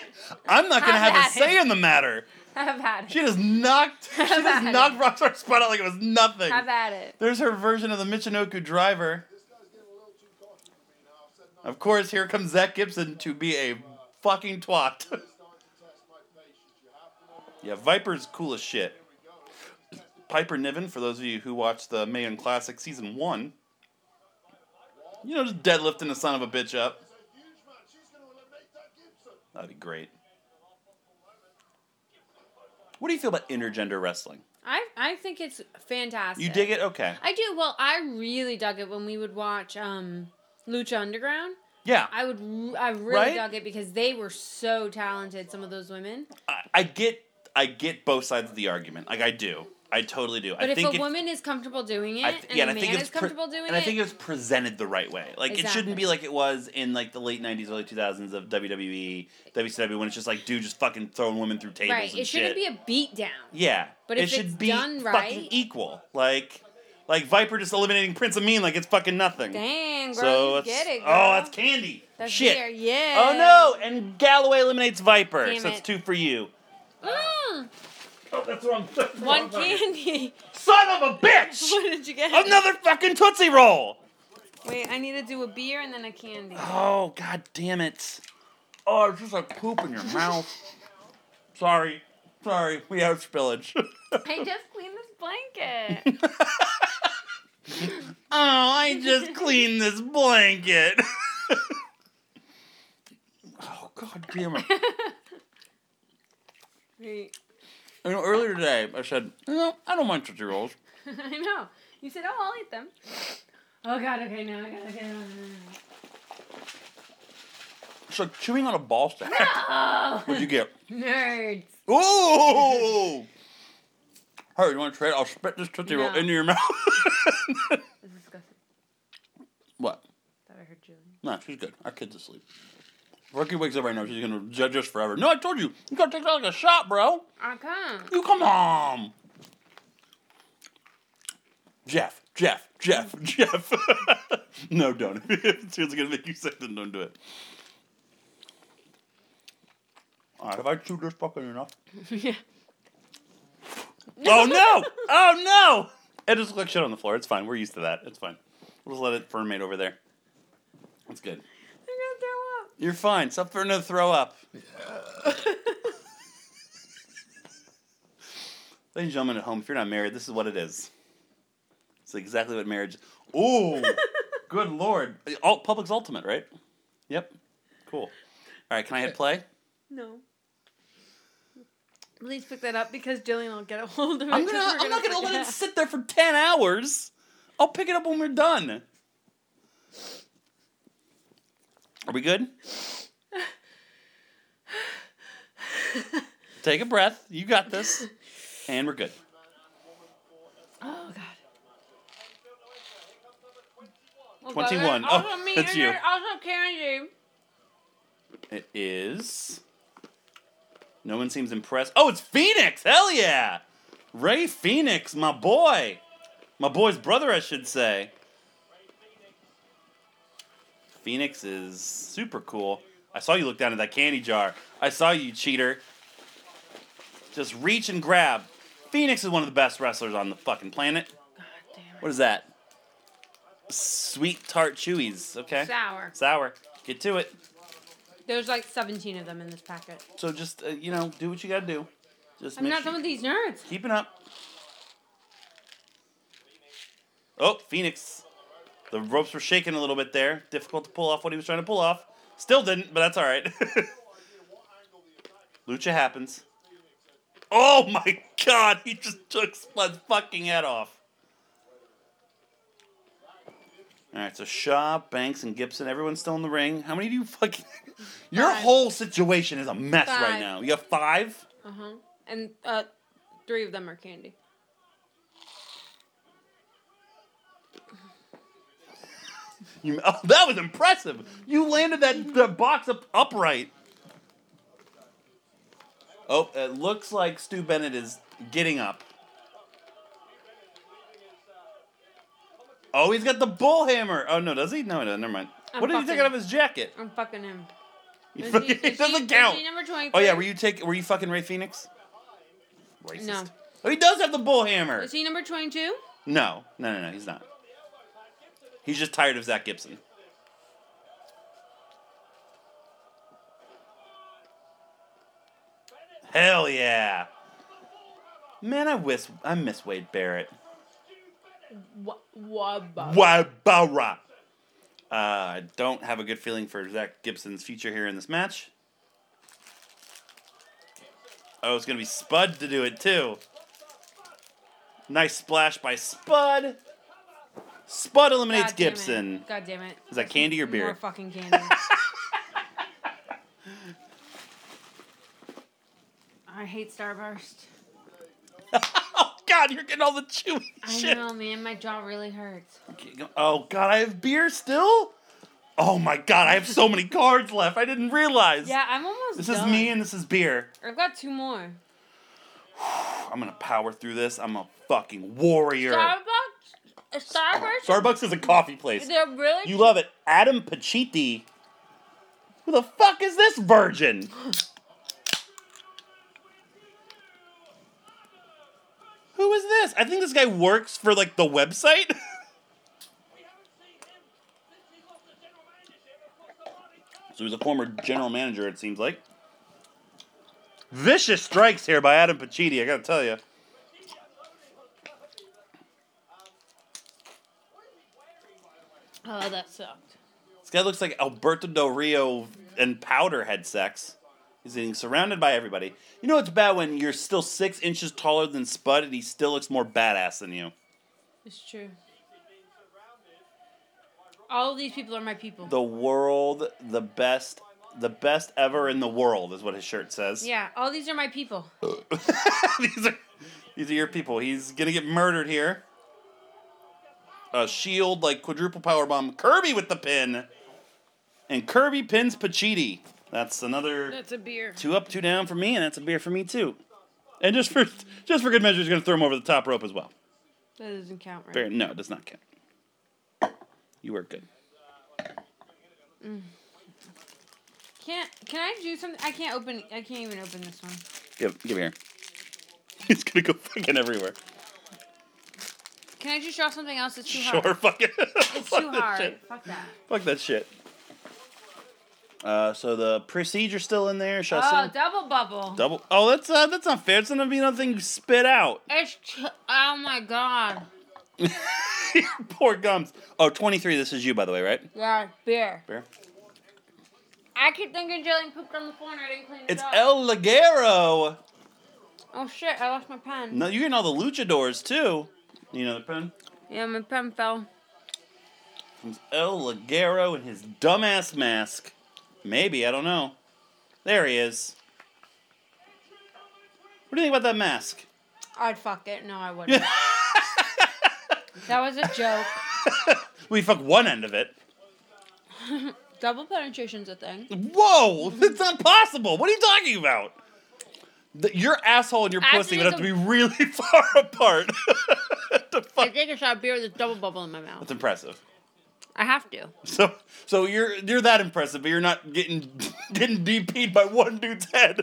Speaker 1: I'm not going to
Speaker 2: Have
Speaker 1: have a
Speaker 2: at
Speaker 1: say in the matter.
Speaker 2: Have at it.
Speaker 1: She just knocked, she
Speaker 2: at
Speaker 1: just
Speaker 2: it.
Speaker 1: knocked Rockstar Spot out like it was nothing.
Speaker 2: Have at it.
Speaker 1: There's her version of the Michinoku driver. Of course, here comes Zach Gibson to be a fucking twat. yeah, Viper's cool as shit. Piper Niven, for those of you who watched the Mayan Classic Season 1, you know, just deadlifting the son of a bitch up. That'd be great. What do you feel about intergender wrestling?
Speaker 2: I I think it's fantastic.
Speaker 1: You dig it? Okay.
Speaker 2: I do. Well, I really dug it when we would watch um Lucha Underground.
Speaker 1: Yeah.
Speaker 2: I would. r- I really
Speaker 1: Right?
Speaker 2: dug it because they were so talented. Some of those women.
Speaker 1: I- I get I get both sides of the argument. Like I do. I totally do.
Speaker 2: But
Speaker 1: I
Speaker 2: if
Speaker 1: think
Speaker 2: a woman is comfortable doing it,
Speaker 1: I th-
Speaker 2: and
Speaker 1: yeah,
Speaker 2: a
Speaker 1: and I
Speaker 2: man
Speaker 1: think it's
Speaker 2: is comfortable doing
Speaker 1: and
Speaker 2: it,
Speaker 1: I think it was presented the right way. Like it
Speaker 2: Exactly.
Speaker 1: shouldn't be like it was in like the late '90s, early 2000s of E, WWE, WCW, when it's just like dude just fucking throwing women through tables
Speaker 2: right.
Speaker 1: and
Speaker 2: It
Speaker 1: shit.
Speaker 2: shouldn't be a beat down.
Speaker 1: yeah,
Speaker 2: But
Speaker 1: it
Speaker 2: if
Speaker 1: should
Speaker 2: it's
Speaker 1: be
Speaker 2: done
Speaker 1: fucking
Speaker 2: right-
Speaker 1: equal. Like, like Viper just eliminating Prince Amin like it's fucking nothing.
Speaker 2: Dang, girl,
Speaker 1: so
Speaker 2: you
Speaker 1: it's,
Speaker 2: get it. Girl.
Speaker 1: oh, that's candy.
Speaker 2: That's
Speaker 1: shit.
Speaker 2: beer, Yeah.
Speaker 1: Oh no! And Galloway eliminates Viper,
Speaker 2: Damn
Speaker 1: so it's
Speaker 2: it.
Speaker 1: two for you.
Speaker 2: Mm,
Speaker 1: Oh, that's wrong. That's the
Speaker 2: one
Speaker 1: wrong button.
Speaker 2: candy.
Speaker 1: Son of a bitch!
Speaker 2: what did you get?
Speaker 1: Another fucking Tootsie Roll!
Speaker 2: Wait, I need to do a beer and then a candy.
Speaker 1: Oh, god damn it. Oh, it's just like poop in your mouth. Sorry. Sorry, we have spillage. oh,
Speaker 2: I just cleaned this blanket.
Speaker 1: I just cleaned this blanket. oh, god damn it.
Speaker 2: Wait.
Speaker 1: You know, earlier today, I said, you know, I don't mind Tootsie Rolls.
Speaker 2: I know. You said, "Oh, I'll eat them." Oh God. Okay, now I gotta get.
Speaker 1: It's like chewing on a ball sack.
Speaker 2: Oh,
Speaker 1: What'd you get?
Speaker 2: nerds.
Speaker 1: Ooh! Hey, you want to trade? I'll spit this Tootsie Roll
Speaker 2: No.
Speaker 1: into your mouth.
Speaker 2: This is disgusting.
Speaker 1: what?
Speaker 2: Thought I heard Julie.
Speaker 1: Nah, she's good. Our kid's asleep. Rookie wakes up right now. She's gonna judge us forever. No, I told you. You gotta take that like a shot, bro.
Speaker 2: I can't.
Speaker 1: You come on. Jeff, Jeff, Jeff, Jeff. no, don't. If it's gonna make you sick, then don't do it. Alright, have I chewed this fucking enough?
Speaker 2: yeah.
Speaker 1: Oh no! Oh no! It just like shit on the floor. It's fine. We're used to that. It's fine. We'll just let it ferment over there. That's good.
Speaker 2: I'm gonna throw up.
Speaker 1: You're fine. Stop throwing to throw up. Ladies and gentlemen at home, if you're not married, this is what it is. It's exactly what marriage. Ooh, good lord! All, Public's ultimate, right? Yep. Cool. All right, can I hit play?
Speaker 2: No. Please pick that up because Jillian will get a hold of it.
Speaker 1: I'm
Speaker 2: 'cause
Speaker 1: gonna.
Speaker 2: we're
Speaker 1: I'm not gonna let
Speaker 2: forget.
Speaker 1: it sit there for ten hours. I'll pick it up when we're done. Are we good? Take a breath. You got this, and we're good.
Speaker 2: Oh God. Well,
Speaker 1: 21.
Speaker 2: but there's
Speaker 1: Oh,
Speaker 2: also me
Speaker 1: that's
Speaker 2: and
Speaker 1: you.
Speaker 2: there's Also Candy.
Speaker 1: It is. No one seems impressed. Oh, it's Phoenix! Hell yeah! Ray Phoenix, my boy! My boy's brother, I should say. Phoenix is super cool. I saw you look down at that candy jar. I saw you, cheater. Just reach and grab. Phoenix is one of the best wrestlers on the fucking planet.
Speaker 2: God damn it.
Speaker 1: What is that? Sweet tart chewies. Okay.
Speaker 2: Sour.
Speaker 1: Sour. Get to it.
Speaker 2: There's like 17 of them in this packet.
Speaker 1: So just uh, you know, do what you gotta do. Just
Speaker 2: I'm
Speaker 1: make
Speaker 2: not
Speaker 1: sure
Speaker 2: done with these nerds.
Speaker 1: keep it up. Oh, Phoenix. The ropes were shaking a little bit there. Difficult to pull off what he was trying to pull off. Still didn't, but that's all right. Lucha happens. Oh my god, he just took Spud's fucking head off. Alright, so Shaw, Banks, and Gibson, everyone's still in the ring. How many do you fucking. Your
Speaker 2: Five.
Speaker 1: whole situation is a mess right
Speaker 2: Five.
Speaker 1: now. You have five?
Speaker 2: Uh huh. And uh, three of them are candy.
Speaker 1: You, oh, that was impressive. You landed that, that box up upright. Oh, it looks like Stu Bennett is getting up. Oh, he's got the bull hammer. Oh no, does he? No, no, never mind.
Speaker 2: I'm
Speaker 1: what did he take
Speaker 2: fucking-
Speaker 1: out of his jacket?
Speaker 2: I'm fucking him.
Speaker 1: He
Speaker 2: Is
Speaker 1: fucking-
Speaker 2: he-
Speaker 1: it
Speaker 2: is he-
Speaker 1: doesn't
Speaker 2: is
Speaker 1: count.
Speaker 2: he number 23?
Speaker 1: Oh yeah, were you take? Were you fucking Ray Phoenix? Racist.
Speaker 2: No.
Speaker 1: Oh, he does have the bull hammer.
Speaker 2: Is he number 22?
Speaker 1: No, no, no, no, he's not. He's just tired of Zach Gibson. Hell yeah! Man, I wish I miss Wade Barrett.
Speaker 2: Wha- Wabba.
Speaker 1: Why Barra? Uh, I don't have a good feeling for Zach Gibson's future here in this match. Oh, it's gonna be Spud to do it too. Nice splash by Spud. Spud eliminates
Speaker 2: God damn it.
Speaker 1: Gibson.
Speaker 2: God damn it.
Speaker 1: Is that candy or beer?
Speaker 2: More fucking candy. I hate Starburst.
Speaker 1: oh God, you're getting all the chewy
Speaker 2: I
Speaker 1: shit.
Speaker 2: know, man. My jaw really hurts.
Speaker 1: Oh God, I have beer still. Oh my God, I have so many cards left. I didn't realize.
Speaker 2: Yeah, I'm almost
Speaker 1: This
Speaker 2: done.
Speaker 1: is me and this is beer.
Speaker 2: I've got two more.
Speaker 1: I'm gonna power through this. I'm a fucking warrior.
Speaker 2: Starbucks? Starburst?
Speaker 1: Starbucks is a coffee place.
Speaker 2: They're really
Speaker 1: You love it. Adam Pacitti. Who the fuck is this virgin? Who is this? I think this guy works for like the website. So he's a former general manager, it seems like. Vicious strikes here by Adam Pacitti, I gotta tell you.
Speaker 2: Oh, that sucked.
Speaker 1: This guy looks like Alberto Del Rio and Powder had sex. He's being surrounded by everybody. You know it's bad when you're still six inches taller than Spud and he still looks more badass than you.
Speaker 2: It's true. All of these people are my people.
Speaker 1: The world, the best, the best ever in the world is what his shirt says.
Speaker 2: yeah, all these are my people.
Speaker 1: these are these are your people. He's gonna get murdered here. A shield like quadruple power bomb. Kirby with the pin, and Kirby pins Pachiti. That's another
Speaker 2: That's a beer.
Speaker 1: two up, two down for me, and that's a beer for me too. And just for just for good measure, he's gonna throw him over the top rope as well.
Speaker 2: That doesn't count, right?
Speaker 1: Fair, no, it does not count. You are good.
Speaker 2: Can't can I do something? I can't open. I can't even open this one.
Speaker 1: Give give here. He's gonna go fucking everywhere.
Speaker 2: Can I just draw something else that's too
Speaker 1: Sure,
Speaker 2: hard?
Speaker 1: fucking.
Speaker 2: It's too hard. Fuck that.
Speaker 1: Fuck that shit. Uh, so the procedure's still in there. Shall I
Speaker 5: Oh,
Speaker 1: sing?
Speaker 5: double bubble.
Speaker 1: double. Oh, that's uh, that's not fair. It's gonna be nothing you spit out.
Speaker 2: It's too, oh my god.
Speaker 1: Poor gums. Oh, 23, This is you, by the way, right?
Speaker 2: Yeah, beer.
Speaker 1: Fair.
Speaker 2: I keep thinking Jillian pooped on the floor and I didn't clean it
Speaker 1: It's
Speaker 2: up.
Speaker 1: El Ligero.
Speaker 2: oh shit! I lost my pen.
Speaker 1: No, you're getting all the luchadors too. You know the pen.
Speaker 2: Yeah, my pen fell.
Speaker 1: It's El Ligero in his dumbass mask. Maybe I don't know. There he is. What do you think about that mask?
Speaker 2: I'd fuck it. No, I wouldn't. that was a joke.
Speaker 1: We fuck one end of it.
Speaker 2: Double penetration's a thing.
Speaker 1: Whoa, that's not possible. What are you talking about? The, your asshole and your pussy would have to be really far apart. to
Speaker 2: I
Speaker 1: fuck.
Speaker 2: take a shot of beer with a double bubble in my mouth.
Speaker 1: That's impressive.
Speaker 2: I have to.
Speaker 1: So, so you're you're that impressive, but you're not getting getting DP'd by one dude's head.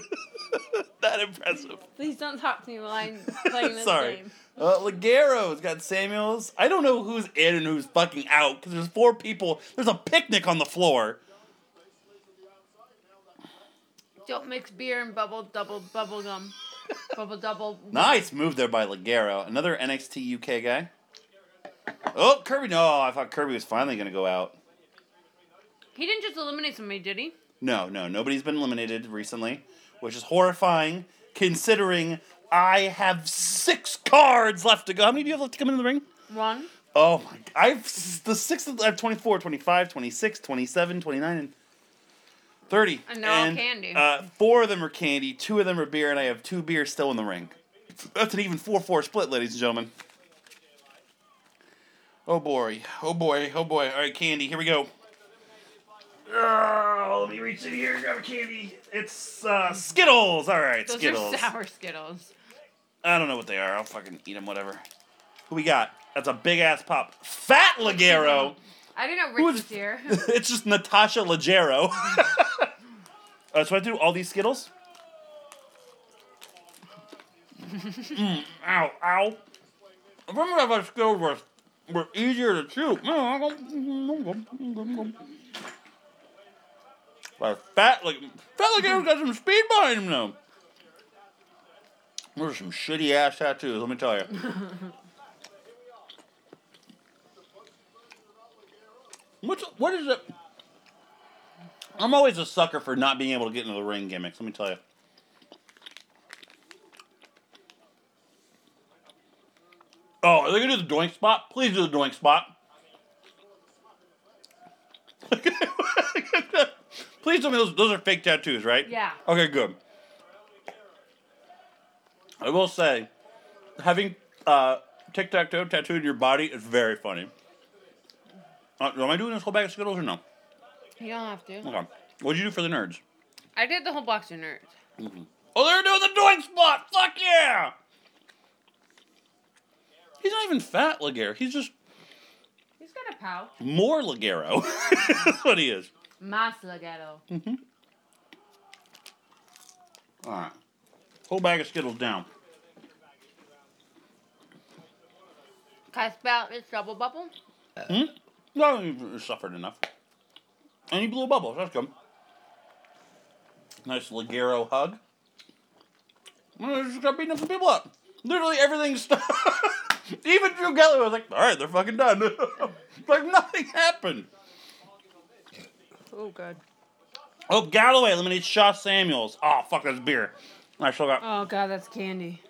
Speaker 1: that impressive.
Speaker 2: Please don't talk to me while I'm playing this
Speaker 1: Sorry.
Speaker 2: game.
Speaker 1: Uh, Ligero's got Samuels. I don't know who's in and who's fucking out because there's four people. There's a picnic on the floor.
Speaker 2: Don't mix beer and bubble double bubble gum. bubble double.
Speaker 1: Nice move there by Ligero. Another NXT UK guy. Oh, Kirby. No, I thought Kirby was finally going to go out.
Speaker 2: He didn't just eliminate somebody, did he?
Speaker 1: No, no, nobody's been eliminated recently, which is horrifying considering I have six cards left to go. How many do you have left to come into the ring?
Speaker 2: One.
Speaker 1: Oh my god. I've s- the six of- uh, I have 24, 25, 26, 27, 29 and 30.
Speaker 2: And they're all candy.
Speaker 1: Uh, four of them are candy, two of them are beer and I have two beers still in the ring. That's an even 4-4 split, ladies and gentlemen. Oh boy. Oh boy. Oh boy. All right, candy. Here we go. Oh, let me reach in here and grab a candy. It's uh, Skittles. All right,
Speaker 2: Those
Speaker 1: Skittles.
Speaker 2: are sour Skittles.
Speaker 1: I don't know what they are. I'll fucking eat them, whatever. Who we got? That's a big ass pop. Fat Ligero.
Speaker 2: I didn't know
Speaker 1: Who
Speaker 2: Rick
Speaker 1: is-
Speaker 2: was here.
Speaker 1: it's just Natasha Ligero. uh, so I do all these Skittles. Mm, ow, ow. I remember if I Skittles were, were easier to chew. But fat like fat Ligero's got some speed behind him though. Those are some shitty ass tattoos, let me tell you. What's what is it? I'm always a sucker for not being able to get into the ring gimmicks. Let me tell you. Oh, are they gonna do the doink spot? Please do the doink spot. Please tell me those those are fake tattoos, right?
Speaker 2: Yeah.
Speaker 1: Okay, good. I will say, having uh, tic tac toe tattooed in your body is very funny. Uh, am I doing this whole bag of Skittles or no?
Speaker 2: you don't have to.
Speaker 1: Okay. What'd you do for the nerds?
Speaker 2: I did the whole box of nerds.
Speaker 1: Oh, they're doing the doink spot! Fuck yeah! He's not even fat Ligero. He's just
Speaker 2: He's got a pouch.
Speaker 1: more Ligero. That's what he is.
Speaker 2: Mas legato.
Speaker 1: All right. Whole bag of Skittles down.
Speaker 2: Can I spout this double bubble?
Speaker 1: No, you suffered enough. And you blew a bubble. That's good. Nice Ligero hug. Well, There's just gonna be nothing people up. Literally everything's done. Even Drew Galloway was like, all right, they're fucking done. like nothing happened.
Speaker 3: Oh god.
Speaker 1: Oh, Galloway eliminates Shaw Samuels. Oh, fuck, that's beer. I still got,
Speaker 2: Oh god, that's candy.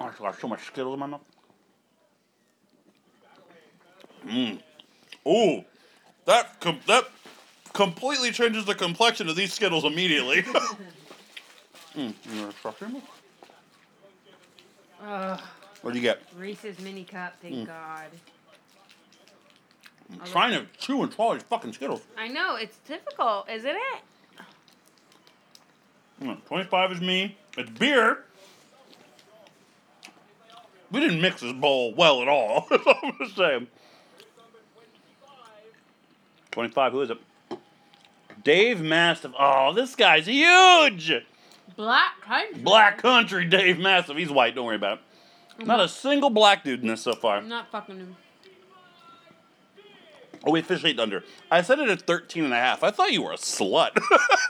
Speaker 1: I still got so much Skittles in my mouth. Mmm. Mm. Ooh, that com- that completely changes the complexion of these Skittles immediately. mm, you want a Shaw Samuels?
Speaker 2: Ugh. Mm.
Speaker 1: What'd you get?
Speaker 2: Reese's mini cup, thank God.
Speaker 1: I'm trying to chew and swallow these fucking Skittles.
Speaker 2: I know, it's difficult, isn't it?
Speaker 1: Mm, 25 is me. It's beer. We didn't mix this bowl well at all. That's all I'm going to say. 25, who is it? Dave Mastiff. Oh, this guy's huge.
Speaker 2: Black country.
Speaker 1: Black country Dave Mastiff. He's white, don't worry about it. Not a single black dude in this so far.
Speaker 2: I'm not fucking him.
Speaker 1: Oh, wait, fish ate under. I said it at 13 and a half. I thought you were a slut.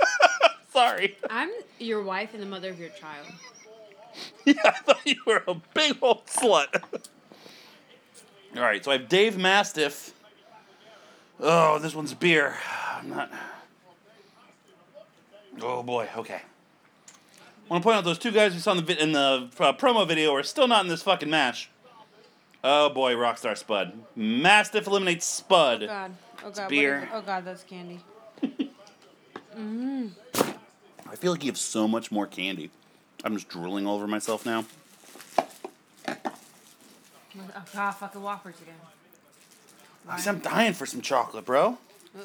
Speaker 1: Sorry.
Speaker 3: I'm your wife and the mother of your child.
Speaker 1: Yeah, I thought you were a big old slut. All right, so I have Dave Mastiff. Oh, this one's beer. I'm not. Oh boy. Okay. I want to point out those two guys we saw in the vi- in the uh, promo video are still not in this fucking match. Oh boy, Rockstar Spud. Mastiff eliminates Spud.
Speaker 3: God. Oh god. what is
Speaker 1: beer.
Speaker 3: it? Oh god, that's candy.
Speaker 1: I feel like you have so much more candy. I'm just drooling all over myself now.
Speaker 2: Oh god, fucking Whoppers again.
Speaker 1: Because I'm dying for some chocolate, bro.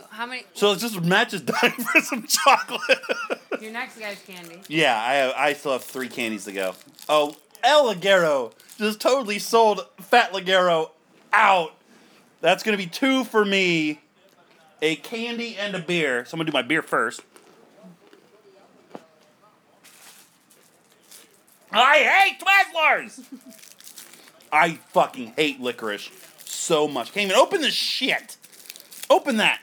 Speaker 3: How many?
Speaker 1: So it's just Matt just dying for some chocolate.
Speaker 2: Your next guy's candy.
Speaker 1: yeah, I have, I still have three candies to go. Oh, El Ligero just totally sold Fat Ligero out. That's gonna be two for me, a candy and a beer. So I'm gonna do my beer first. I hate Twizzlers. I fucking hate licorice so much. Can't even open this shit. Open that.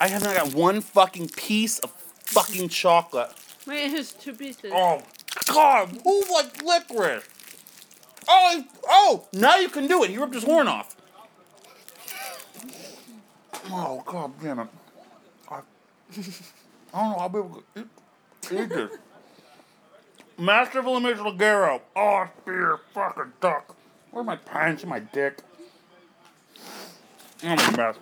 Speaker 1: I have not got one fucking piece of fucking chocolate.
Speaker 3: Wait, it has two pieces.
Speaker 1: Oh God, who like licorice? Oh, he- oh, now you can do it. He ripped his horn off. Oh God, damn it! I, I don't know. I'll be able to eat, eat this. Master of Elimination Ligero. Oh, spear, fucking duck. Where are my pants and my dick? I'm a mess.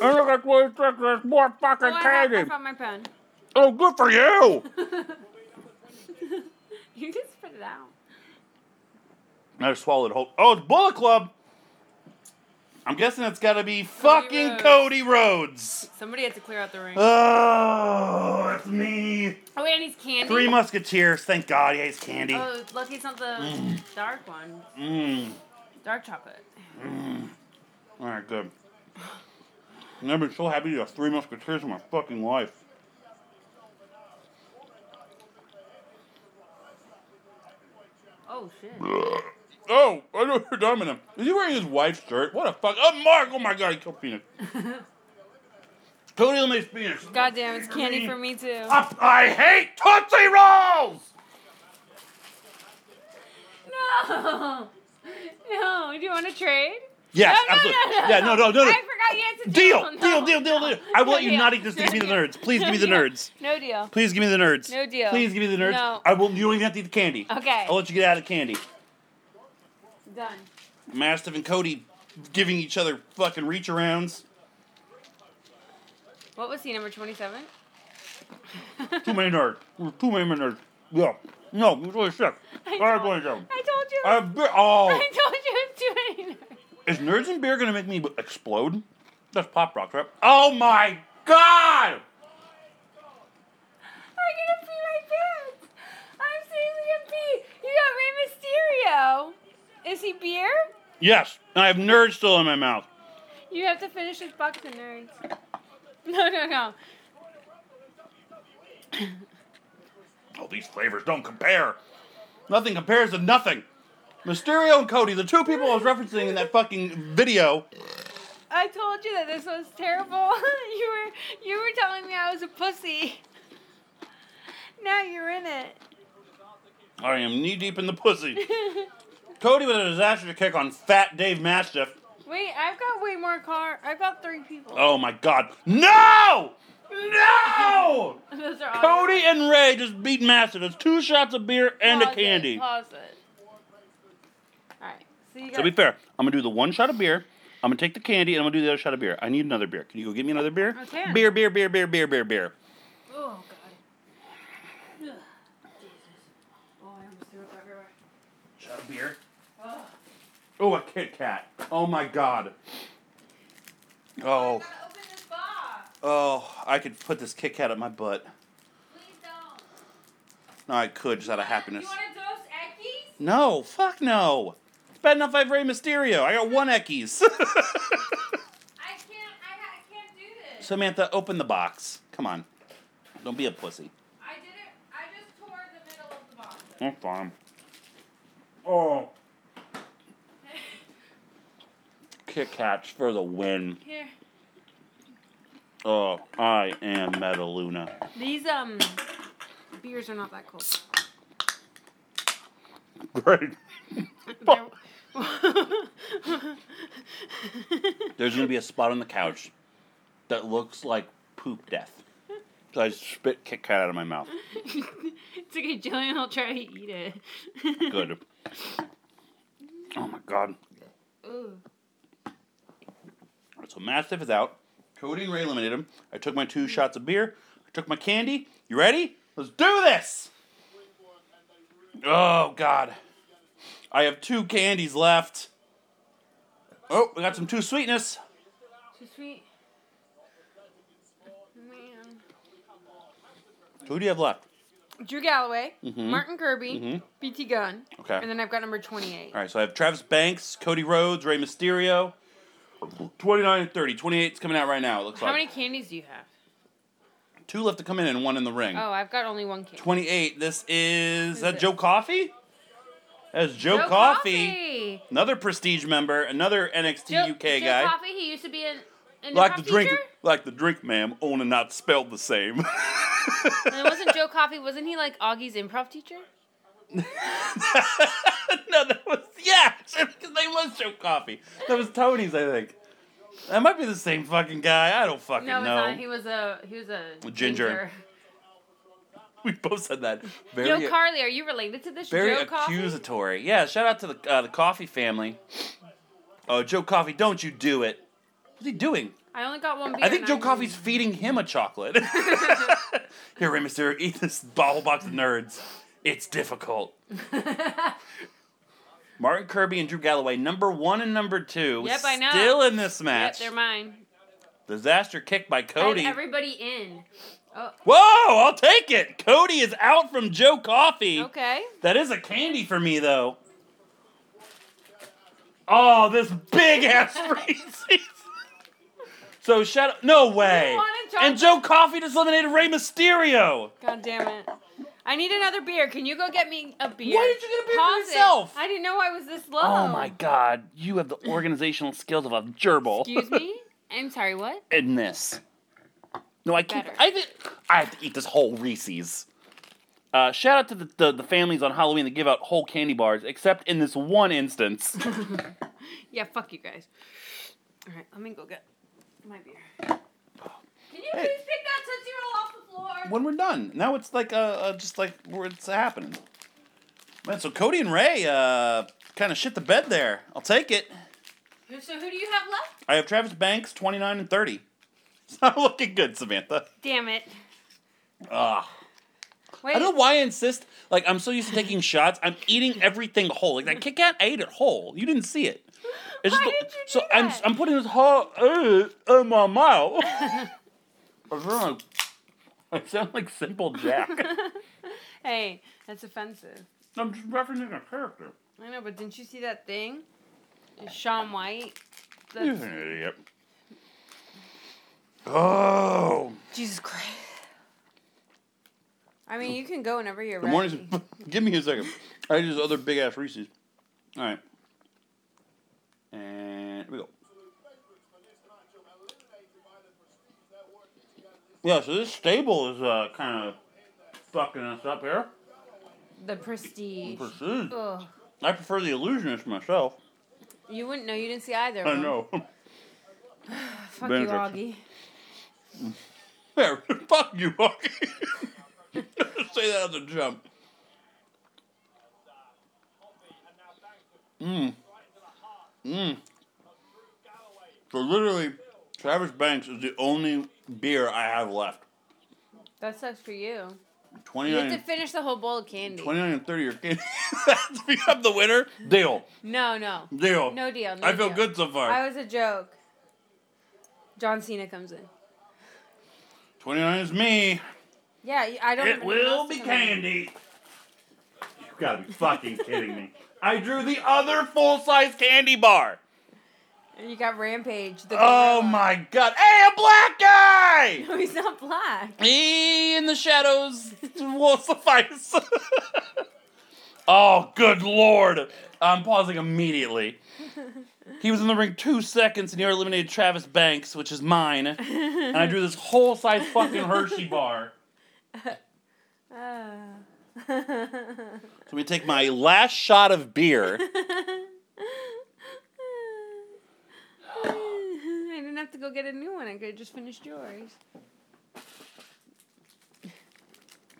Speaker 1: And look at 26, there's more fucking
Speaker 2: Oh, I, have,
Speaker 1: candy.
Speaker 2: I found my pen.
Speaker 1: oh, good for you!
Speaker 2: You can spit it out.
Speaker 1: I just swallowed a whole. Oh, it's Bullet Club. I'm guessing it's got to be fucking
Speaker 2: Rhodes.
Speaker 1: Cody Rhodes.
Speaker 2: Somebody had to clear out the ring.
Speaker 1: Uh, Oh, it's me.
Speaker 2: oh wait, and he's candy.
Speaker 1: Three Musketeers. Thank God he hates candy.
Speaker 2: Oh, lucky it's not the
Speaker 1: Mm.
Speaker 2: dark one.
Speaker 1: Mmm.
Speaker 2: Dark chocolate.
Speaker 1: All right, good. I've never been so happy to have Three Musketeers in my fucking life.
Speaker 2: Oh shit.
Speaker 1: Oh, I know you're dominant. Is he wearing his wife's shirt? What a fuck. Oh, Mark. Oh, my God. He killed Phoenix. Cody eliminates Phoenix.
Speaker 3: God damn, it's candy for me too.
Speaker 1: I, I hate Tootsie Rolls.
Speaker 2: No. No. Do you want to trade?
Speaker 1: Yes,
Speaker 2: no, no,
Speaker 1: absolutely.
Speaker 2: no, no,
Speaker 1: yeah, no, no, no, no.
Speaker 2: I forgot you had to
Speaker 1: Deal,
Speaker 2: deal.
Speaker 1: deal,
Speaker 2: No,
Speaker 1: deal, deal,
Speaker 2: no.
Speaker 1: deal. I will let you
Speaker 2: deal.
Speaker 1: not eat this to
Speaker 2: No
Speaker 1: give me the
Speaker 2: deal.
Speaker 1: nerds. Please
Speaker 2: No
Speaker 1: give me the
Speaker 2: deal.
Speaker 1: nerds.
Speaker 2: No deal.
Speaker 1: Please give me the nerds.
Speaker 3: No deal.
Speaker 1: Please give me the nerds.
Speaker 3: No.
Speaker 1: I will. You don't even have to eat the candy.
Speaker 3: Okay.
Speaker 1: I'll let you get out of the candy.
Speaker 2: Done.
Speaker 1: Mastiff and Cody giving each other fucking reach arounds.
Speaker 2: What was he number twenty-seven?
Speaker 1: Too many nerds. Too many nerds. Yeah. No, it's really sick. All right, going down.
Speaker 2: I told you.
Speaker 1: I have beer. Oh,
Speaker 2: I told you it's too many. nerds.
Speaker 1: is nerds and beer gonna make me explode? That's pop rocks, right? Oh my god!
Speaker 2: I'm gonna pee my pants. I'm seriously gonna pee. You got Rey Mysterio. Is he beer?
Speaker 1: Yes, and I have nerds still in my mouth.
Speaker 2: You have to finish this box of nerds. No, no, no.
Speaker 1: Oh, these flavors don't compare. Nothing compares to nothing. Mysterio and Cody, the two people I was referencing in that fucking video,
Speaker 2: I told you that this was terrible. you were you were telling me I was a pussy. Now you're in it.
Speaker 1: I am knee deep in the pussy. Cody with a disaster kick on Fat Dave Mastiff.
Speaker 2: Wait, I've got way more car. I've got three people.
Speaker 1: Oh my god. No! No!
Speaker 2: Those are all-
Speaker 1: Cody and Ray just beat Mastiff. It's two shots of beer and a
Speaker 2: Pause it,
Speaker 1: candy.
Speaker 2: Pause it. All right. So you got
Speaker 1: To be fair, I'm gonna do the one shot of beer. I'm gonna take the candy and I'm gonna do the other shot of beer. I need another beer. Can you go get me another beer?
Speaker 6: I can.
Speaker 1: Beer, beer, beer, beer, beer, beer, beer.
Speaker 2: Oh god. Ugh. Jesus. Oh, I almost threw up everywhere.
Speaker 1: Shot of beer. Oh, a Kit Kat. Oh my god. Oh,
Speaker 2: Gotta open this box.
Speaker 1: oh, I could put this Kit Kat up my butt.
Speaker 2: Please don't.
Speaker 1: No, I could just out of happiness.
Speaker 2: You want to dose Eckies?
Speaker 1: No, fuck no. It's bad enough I have Rey Mysterio. I got one Eckies.
Speaker 2: I can't. I, ha- I can't do this.
Speaker 1: Samantha, open the box. Come on. Don't be a pussy.
Speaker 2: I did it. I just tore the middle of the box.
Speaker 1: I'm fine. Oh. Kit Kats for the win.
Speaker 2: Here.
Speaker 1: Oh, I am Metaluna.
Speaker 2: These um beers are not that cold.
Speaker 1: Great.
Speaker 2: They're-
Speaker 1: There's gonna be a spot on the couch that looks like poop death. So I spit Kit Kat out of my mouth.
Speaker 2: it's okay, Jillian will try to eat it.
Speaker 1: Good. Oh my god.
Speaker 2: Ooh.
Speaker 1: So Mastiff is out. Cody and Ray eliminated him. I took my two shots of beer. I took my candy. You ready? Let's do this! Oh god. I have two candies left. Oh, we got some too sweetness.
Speaker 2: Too sweet. Man.
Speaker 1: Who do you have left?
Speaker 2: Drew Galloway, Martin Kirby, BT Gunn,
Speaker 1: Mm-hmm. Okay.
Speaker 2: and then I've got number 28.
Speaker 1: All right, so I have Travis Banks, Cody Rhodes, Ray Mysterio. 29 and 30. 28 is coming out right now, it looks
Speaker 2: How
Speaker 1: like.
Speaker 2: many candies do you have?
Speaker 1: Two left to come in and one in the ring.
Speaker 2: Oh, I've got only one candy.
Speaker 1: 28. This is that Joe Coffey? That's Joe,
Speaker 2: Joe
Speaker 1: Coffey. Another prestige member, another NXT
Speaker 2: Joe-
Speaker 1: UK
Speaker 2: Joe
Speaker 1: guy.
Speaker 2: Coffey, he used to be an, an
Speaker 1: Like
Speaker 2: improv
Speaker 1: the drink,
Speaker 2: teacher?
Speaker 1: like the drink, ma'am. Only not spelled the same.
Speaker 2: And it wasn't Joe Coffey, wasn't he like Augie's improv teacher?
Speaker 1: no, that was yeah. His name was Joe Coffee. That was Tony's, I think. That might be the same fucking guy. I don't fucking
Speaker 2: No, it's
Speaker 1: know.
Speaker 2: not. He was a he was a
Speaker 1: Ginger. We both said that. Very,
Speaker 2: Yo, Carly, are you related to this
Speaker 1: very
Speaker 2: Joe Coffey?
Speaker 1: accusatory. Yeah, shout out to the uh, the Coffee family. Oh, Joe Coffee, don't you do it. What's he doing?
Speaker 2: I only got one beer.
Speaker 1: I think
Speaker 2: and
Speaker 1: Joe
Speaker 2: I'm-
Speaker 1: Coffey's feeding him a chocolate. Here, Ray Mysterio, eat this bottle box of nerds. It's difficult. Martin Kirby and Drew Galloway, number one and number two,
Speaker 2: Yep, I know.
Speaker 1: still in this
Speaker 2: Yep,
Speaker 1: match.
Speaker 2: they're mine.
Speaker 1: Disaster kick by
Speaker 2: I had
Speaker 1: Cody.
Speaker 2: everybody in. Oh,
Speaker 1: Whoa, I'll take it. Cody is out from Joe Coffee.
Speaker 2: okay.
Speaker 1: That is a candy for me, though. Oh, this big ass freezes. so shut up. No way.
Speaker 2: wanted Joe-
Speaker 1: And Joe Coffee just eliminated Rey Mysterio.
Speaker 2: God damn it. I need another beer. Can you go get me a beer?
Speaker 1: Why did you get a beer for
Speaker 2: Pause it.
Speaker 1: yourself?
Speaker 2: I didn't know I was this low.
Speaker 1: Oh my god, you have the organizational skills of a gerbil.
Speaker 2: Excuse me? I'm sorry, what?
Speaker 1: In this. No, I can't.
Speaker 2: Better.
Speaker 1: I, thi- I have to eat this whole Reese's. Uh, shout out to the, the, the families on Halloween that give out whole candy bars, except in this one instance.
Speaker 2: Yeah, fuck you guys. All right, let me go get my beer.
Speaker 6: Can you please pick that Tootsie Roll off the floor?
Speaker 1: when we're done. Now it's like uh, uh just like where it's happening. Man, so Cody and Ray uh kind of shit the bed there. I'll take it.
Speaker 6: Who- So who do you have left?
Speaker 1: I have Travis Banks, 29 and 30. It's not looking good, Samantha.
Speaker 2: Damn it.
Speaker 1: Ugh.
Speaker 2: Wait.
Speaker 1: I don't know why I insist. Like I'm so used to taking shots, I'm eating everything whole. Like that Kit Kat, I ate it whole. You didn't see it. It's
Speaker 2: Why did you do
Speaker 1: so I'm
Speaker 2: that?
Speaker 1: I'm putting this whole uh, in my mouth. I sound like I sound like simple Jack.
Speaker 2: Hey, that's offensive.
Speaker 1: I'm just referencing a character.
Speaker 2: I know, but didn't you see that thing? Sean White.
Speaker 1: You're
Speaker 2: That's-
Speaker 1: an idiot. Oh,
Speaker 2: Jesus Christ. I mean, you can go whenever you're
Speaker 1: the
Speaker 2: ready.
Speaker 1: morning's. Give me a second. I had these other big ass Reese's. All right, and here we go. Yeah, so this stable is uh, kind of fucking us up here.
Speaker 2: The prestige.
Speaker 1: Pursued.
Speaker 2: Ugh.
Speaker 1: I prefer the illusionist myself.
Speaker 2: You wouldn't know. You didn't see either. of
Speaker 1: I
Speaker 2: them.
Speaker 1: know.
Speaker 2: Fuck you,
Speaker 1: Benedict.
Speaker 2: Augie.
Speaker 1: Yeah, fuck you, Bucky. Say that at the jump. Mmm. Mmm. So literally, Travis Banks is the only beer I have left.
Speaker 2: That sucks for you. You have to
Speaker 1: 29,
Speaker 2: finish the whole bowl of candy.
Speaker 1: 29 and 30 are kidding. If you have the winner? Deal.
Speaker 2: No, no.
Speaker 1: Deal.
Speaker 2: No deal. No
Speaker 1: I feel
Speaker 2: deal.
Speaker 1: good so
Speaker 2: I
Speaker 1: far.
Speaker 2: was a joke. John Cena comes in.
Speaker 1: 29 is me.
Speaker 2: Yeah, you- I don't.
Speaker 1: It
Speaker 2: know what
Speaker 1: will
Speaker 2: else
Speaker 1: be
Speaker 2: to come in.
Speaker 1: candy. You gotta be fucking kidding me. I drew the other full size candy bar.
Speaker 2: And You got Rampage. The
Speaker 1: Oh my god. Hey, a black guy!
Speaker 2: No, he's not black.
Speaker 1: He in the shadows will suffice. oh, good lord. I'm pausing immediately. He was in the ring two seconds and he eliminated Travis Banks, which is mine. And I drew this whole size fucking Hershey bar.
Speaker 2: Ah.
Speaker 1: So we take my last shot of beer.
Speaker 2: I didn't have to go get a new one. I could have just finished yours.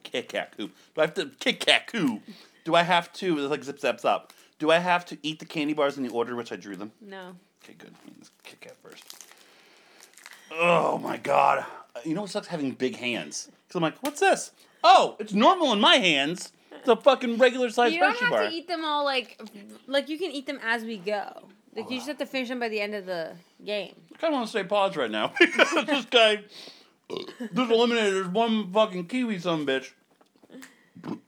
Speaker 1: Kit Kat Coup. Do I have to Kit Kat Coup? Do I have to it's like zip zaps up? Do I have to eat the candy bars in the order in which I drew them?
Speaker 2: No.
Speaker 1: Okay, good. Let's Kit Kat first. Oh my god! Uh, You know what sucks having big hands? Because I'm like, what's this? Oh, it's normal in my hands. It's a fucking regular sized
Speaker 2: You don't
Speaker 1: Hershey
Speaker 2: have
Speaker 1: bar.
Speaker 2: to eat them all like, like you can eat them as we go. Like you just have to finish them by the end of the game.
Speaker 1: I kind of want to say pause right now because this guy just eliminated this one fucking kiwi son of a bitch.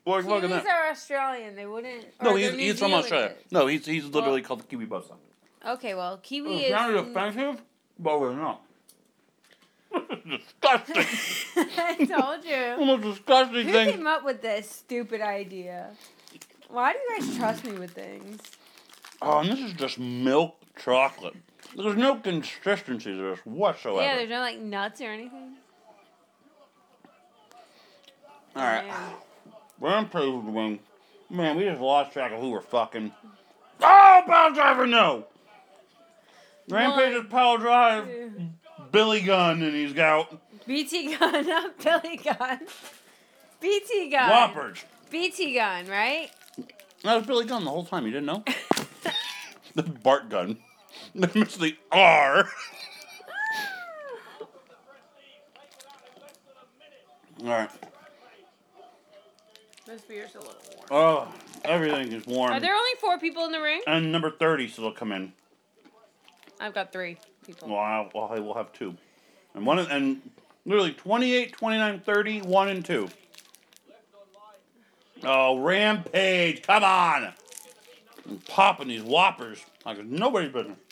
Speaker 1: Like, look at
Speaker 2: Kiwis
Speaker 1: that.
Speaker 2: are Australian. They wouldn't.
Speaker 1: No,
Speaker 2: or
Speaker 1: he's,
Speaker 2: they're New
Speaker 1: he's from Australia.
Speaker 2: Zealanders.
Speaker 1: No, he's, he's literally called the Kiwi Bosa.
Speaker 2: Okay, well, kiwi
Speaker 1: It
Speaker 2: is.
Speaker 1: sounded offensive, but we're not. disgusting.
Speaker 2: I told you.
Speaker 1: the most disgusting
Speaker 2: Who
Speaker 1: thing.
Speaker 2: came up with this stupid idea? Why do you guys trust me with things?
Speaker 1: Oh, and this is just milk chocolate. There's no consistency to this whatsoever.
Speaker 2: Yeah, there's no like nuts or anything.
Speaker 1: All right,
Speaker 2: Yeah.
Speaker 1: we're in Paisley Wing. Man, we just lost track of who we're fucking. Oh, Power Driver, no! Rampage's Power Drive, Billy Gunn, and he's got
Speaker 2: BT gun, not Billy gun. BT gun.
Speaker 1: Whoppers.
Speaker 2: BT gun, right?
Speaker 1: That was Billy Gunn the whole time. You didn't know? the Bart Gunn. They missed the R. All right.
Speaker 2: Those beers a little warm.
Speaker 1: Oh, everything is warm.
Speaker 2: Are there only four people in the ring?
Speaker 1: and number 30 so they'll come in.
Speaker 2: I've got three people.
Speaker 1: Well, I'll, well, I will have two. And one of- and literally 28, 29, 30, 1 and 2. Oh, Rampage, come on. I'm popping these whoppers like it's nobody's business.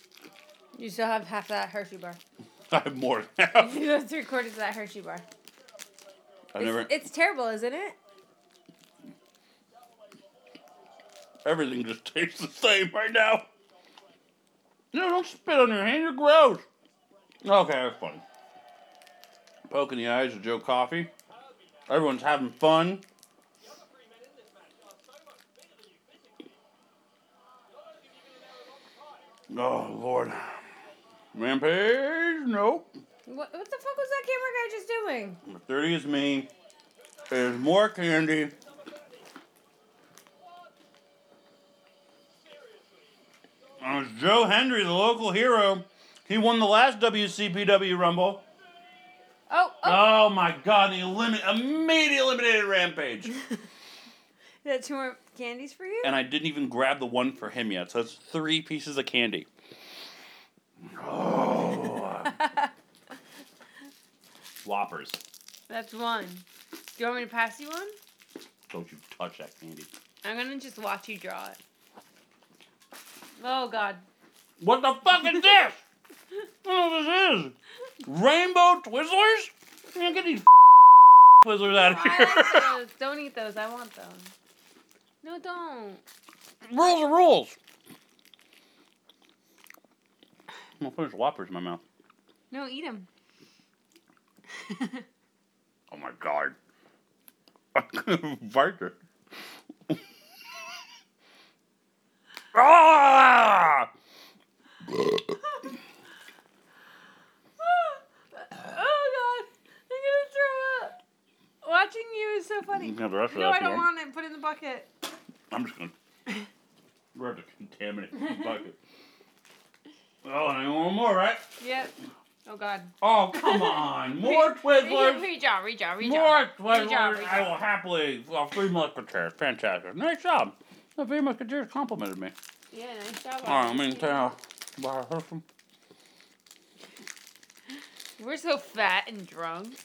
Speaker 2: You still have half that Hershey bar.
Speaker 1: I have more than half.
Speaker 2: You have three quarters of that Hershey bar.
Speaker 1: I
Speaker 2: It's,
Speaker 1: never.
Speaker 2: it's terrible, isn't it?
Speaker 1: Everything just tastes the same right now. No, don't spit on your hand. You're gross. Okay, that's funny. Poke in the eyes of Joe Coffee. Everyone's having fun. Oh Lord. Rampage? Nope.
Speaker 2: What, what the fuck was that camera guy just doing?
Speaker 1: Number 30 is me. There's more candy. And Uh, it's Joe Hendry, the local hero. He won the last WCPW Rumble.
Speaker 2: Oh, oh.
Speaker 1: Oh my god, the elimin- immediate eliminated Rampage.
Speaker 2: Is that two more candies for you?
Speaker 1: and I didn't even grab the one for him yet, so that's three pieces of candy. Oh. Whoppers.
Speaker 2: That's one. Do you want me to pass you one?
Speaker 1: Don't you touch that candy.
Speaker 2: I'm gonna just watch you draw it. Oh god.
Speaker 1: What the fuck is this? what is this? Rainbow Twizzlers? Man, get these Twizzlers out of here.
Speaker 2: I like those. Don't eat those. I want those. No, don't.
Speaker 1: rules are rules. I'm gonna put those whoppers in my mouth.
Speaker 2: No, eat them.
Speaker 1: Oh my god. Barker. ah!
Speaker 2: Oh god, I'm gonna throw up. Watching you is so
Speaker 1: You
Speaker 2: funny.
Speaker 1: can have the rest of
Speaker 7: No,
Speaker 1: that
Speaker 7: I
Speaker 1: if you
Speaker 7: don't
Speaker 1: want.
Speaker 7: want it. Put it in the bucket.
Speaker 1: I'm just gonna grab the contaminant from the bucket. Oh, and I want one more, right?
Speaker 7: Yep. Oh God.
Speaker 1: Oh, come on. More Twizzlers.
Speaker 2: Reach out, reach out, reach out.
Speaker 1: More Twizzlers.
Speaker 2: job, good
Speaker 1: I
Speaker 2: job.
Speaker 1: will happily. Well, three musketeers. Fantastic. Nice job. The three musketeers complimented me.
Speaker 2: Yeah, nice job.
Speaker 1: All right, I'm going to tell you.
Speaker 2: We're so fat and drunk.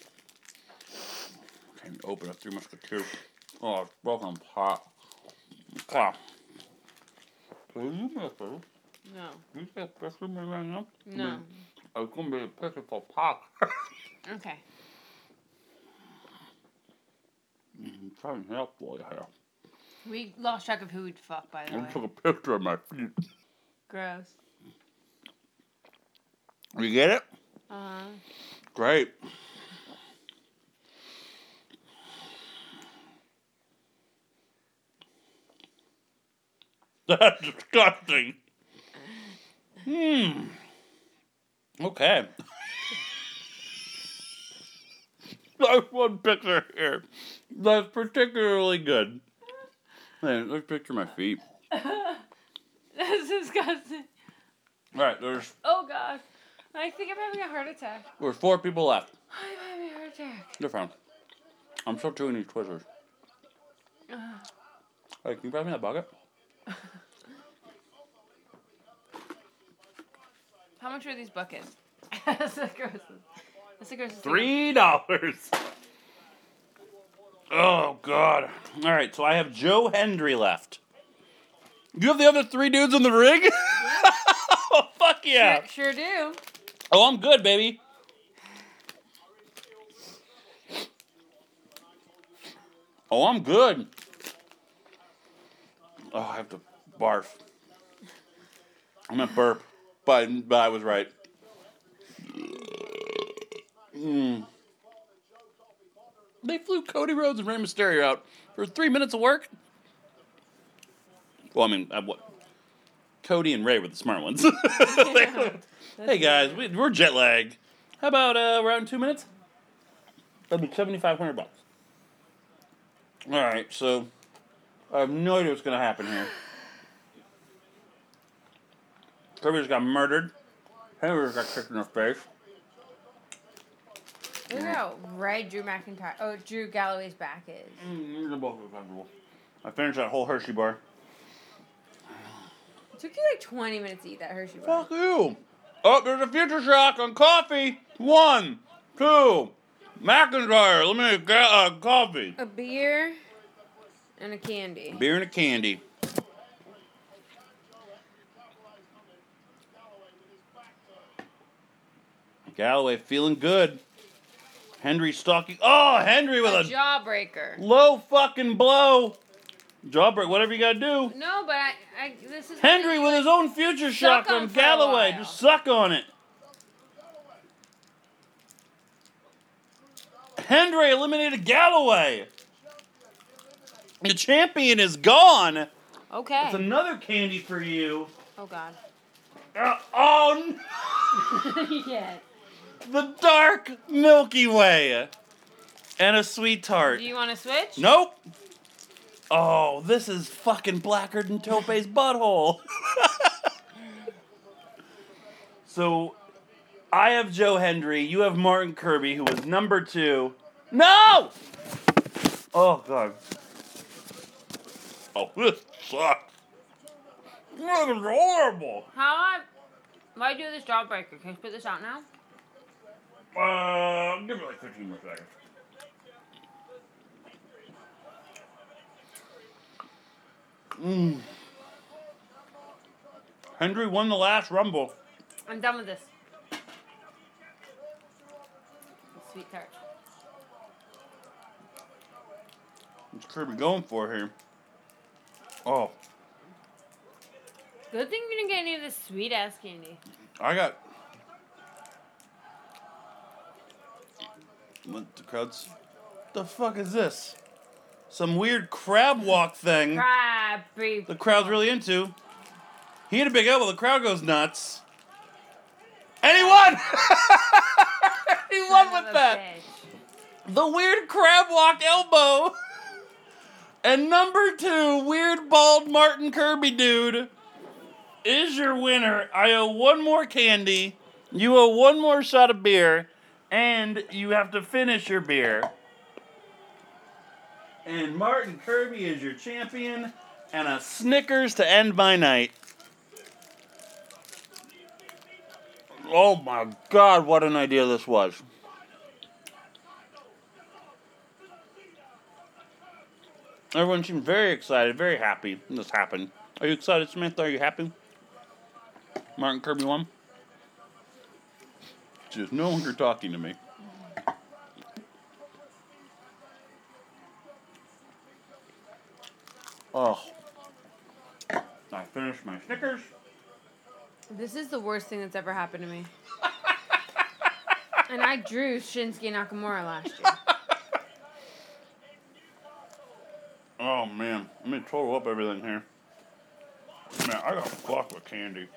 Speaker 1: Can open up three musketeers. Oh, it's broken pot. Ah. Will you miss it?
Speaker 2: No,
Speaker 1: You said this with me right now?
Speaker 2: no.
Speaker 1: Mm-hmm. It's gonna be a pitiful pot.
Speaker 2: Okay.
Speaker 1: I'm trying to help boy here.
Speaker 2: We lost track of who we'd fuck, by the
Speaker 1: I
Speaker 2: way.
Speaker 1: took a picture of my feet.
Speaker 2: Gross.
Speaker 1: You get it?
Speaker 2: Uh huh.
Speaker 1: Great. That's disgusting. Hmm. Okay. That's one picture here. That's particularly good. Man, let's picture my feet.
Speaker 2: That's disgusting.
Speaker 1: All right, there's
Speaker 2: Oh gosh. I think I'm having a heart attack.
Speaker 1: there's four people left.
Speaker 2: I'm having a heart attack.
Speaker 1: They're fine. I'm still chewing these Twizzlers. Ah. Hey, can you grab me that bucket?
Speaker 2: How much are these buckets? That's the grossest. That's the grossest. thing.
Speaker 1: Three dollars. Oh God! All right, so I have Joe Hendry left. You have the other three dudes in the ring. oh fuck yeah!
Speaker 2: Sure do.
Speaker 1: Oh, I'm good, baby. Oh, I'm good. Oh, I have to barf. I'm gonna burp, but but I was right. Mm. They flew Cody Rhodes and Rey Mysterio out for three minutes of work. Well, I mean, I, what? Cody and Ray were the smart ones. Hey guys, we, we're jet lagged. How about uh, we're out in two minutes? That'd be seventy five hundred bucks. All right, so I have no idea what's gonna happen here. Kirby just got murdered. Henry just got kicked in the face.
Speaker 2: Look how red Drew McIntyre. Oh, Drew Galloway's back is.
Speaker 1: Mm, they're both uncomfortable. I finished that whole Hershey bar.
Speaker 2: It took you like 20 minutes to eat that Hershey bar.
Speaker 1: Fuck you! Oh, there's a future shock on coffee. One, two, McIntyre. Let me get uh, coffee.
Speaker 2: A beer and a candy.
Speaker 1: Beer and a candy. Galloway feeling good. Henry stalking. Oh, Henry with
Speaker 2: A
Speaker 1: a,
Speaker 2: jawbreaker.
Speaker 1: low fucking blow. Jawbreak, whatever you gotta do.
Speaker 2: No, but I, I this is
Speaker 1: Henry with his own future
Speaker 2: Suck
Speaker 1: shock on
Speaker 2: on for a
Speaker 1: Galloway.
Speaker 2: while.
Speaker 1: Just suck on it. Henry eliminated Galloway. The champion is gone.
Speaker 2: Okay.
Speaker 1: It's another candy for you.
Speaker 2: oh god.
Speaker 1: Uh, oh,
Speaker 2: yeah.
Speaker 1: n- the dark Milky Way. And a sweet tart.
Speaker 2: Do you want to switch?
Speaker 1: nope. Oh, this is fucking blacker than Tope's butthole. so, I have Joe Hendry. You have Martin Kirby, who was number two. No! Oh, God. Oh, this sucks. This is horrible.
Speaker 2: How I why do this jawbreaker? Can I spit this out now?
Speaker 1: Uh, give me like 15 more seconds. Mm. Hendry won the last Rumble.
Speaker 2: I'm done with this. Sweet tart.
Speaker 1: What's Kirby going for here? Oh,
Speaker 2: Good thing you didn't get any of this sweet ass candy.
Speaker 1: I got. What, the crowd's the fuck is this? Some weird crab walk thing
Speaker 2: Crab beef.
Speaker 1: the crowd's really into. He hit a big elbow, the crowd goes nuts. And he won! he won
Speaker 2: Son of
Speaker 1: with
Speaker 2: a
Speaker 1: that.
Speaker 2: bitch.
Speaker 1: The weird crab walk elbow. and number two, weird bald Martin Kirby dude, is your winner. I owe one more candy. You owe one more shot of beer. And you have to finish your beer. And Martin Kirby is your champion. And a Snickers to end my night. Oh my god, what an idea this was. Everyone seemed very excited, very happy when this happened. Are you excited, Samantha? Are you happy? Martin Kirby won? She is no longer talking to me. Oh. I finished my Snickers.
Speaker 3: This is the worst thing that's ever happened to me. and I drew Shinsuke Nakamura last year.
Speaker 1: Oh man, let me total up everything here. Man, I got fucked with candy.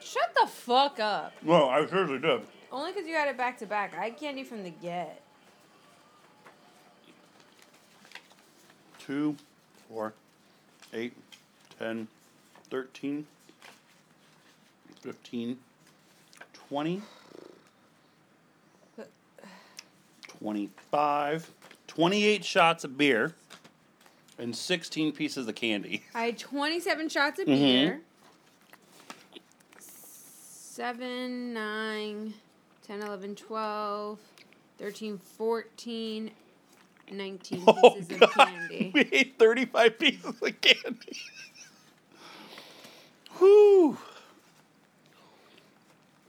Speaker 3: Shut the fuck up.
Speaker 1: No, I seriously did.
Speaker 3: Only because you had it back to back. I had candy from the get.
Speaker 1: two, four, eight, ten, thirteen, fifteen, twenty, twenty-five, twenty-eight shots of beer, and 16 pieces of candy.
Speaker 3: I had 27 shots of
Speaker 1: Mhm.
Speaker 3: beer. 7, 9, 10, 11, 12, 13, 14, 19
Speaker 1: Oh,
Speaker 3: pieces of candy.
Speaker 1: We ate 35 pieces of candy. Whew.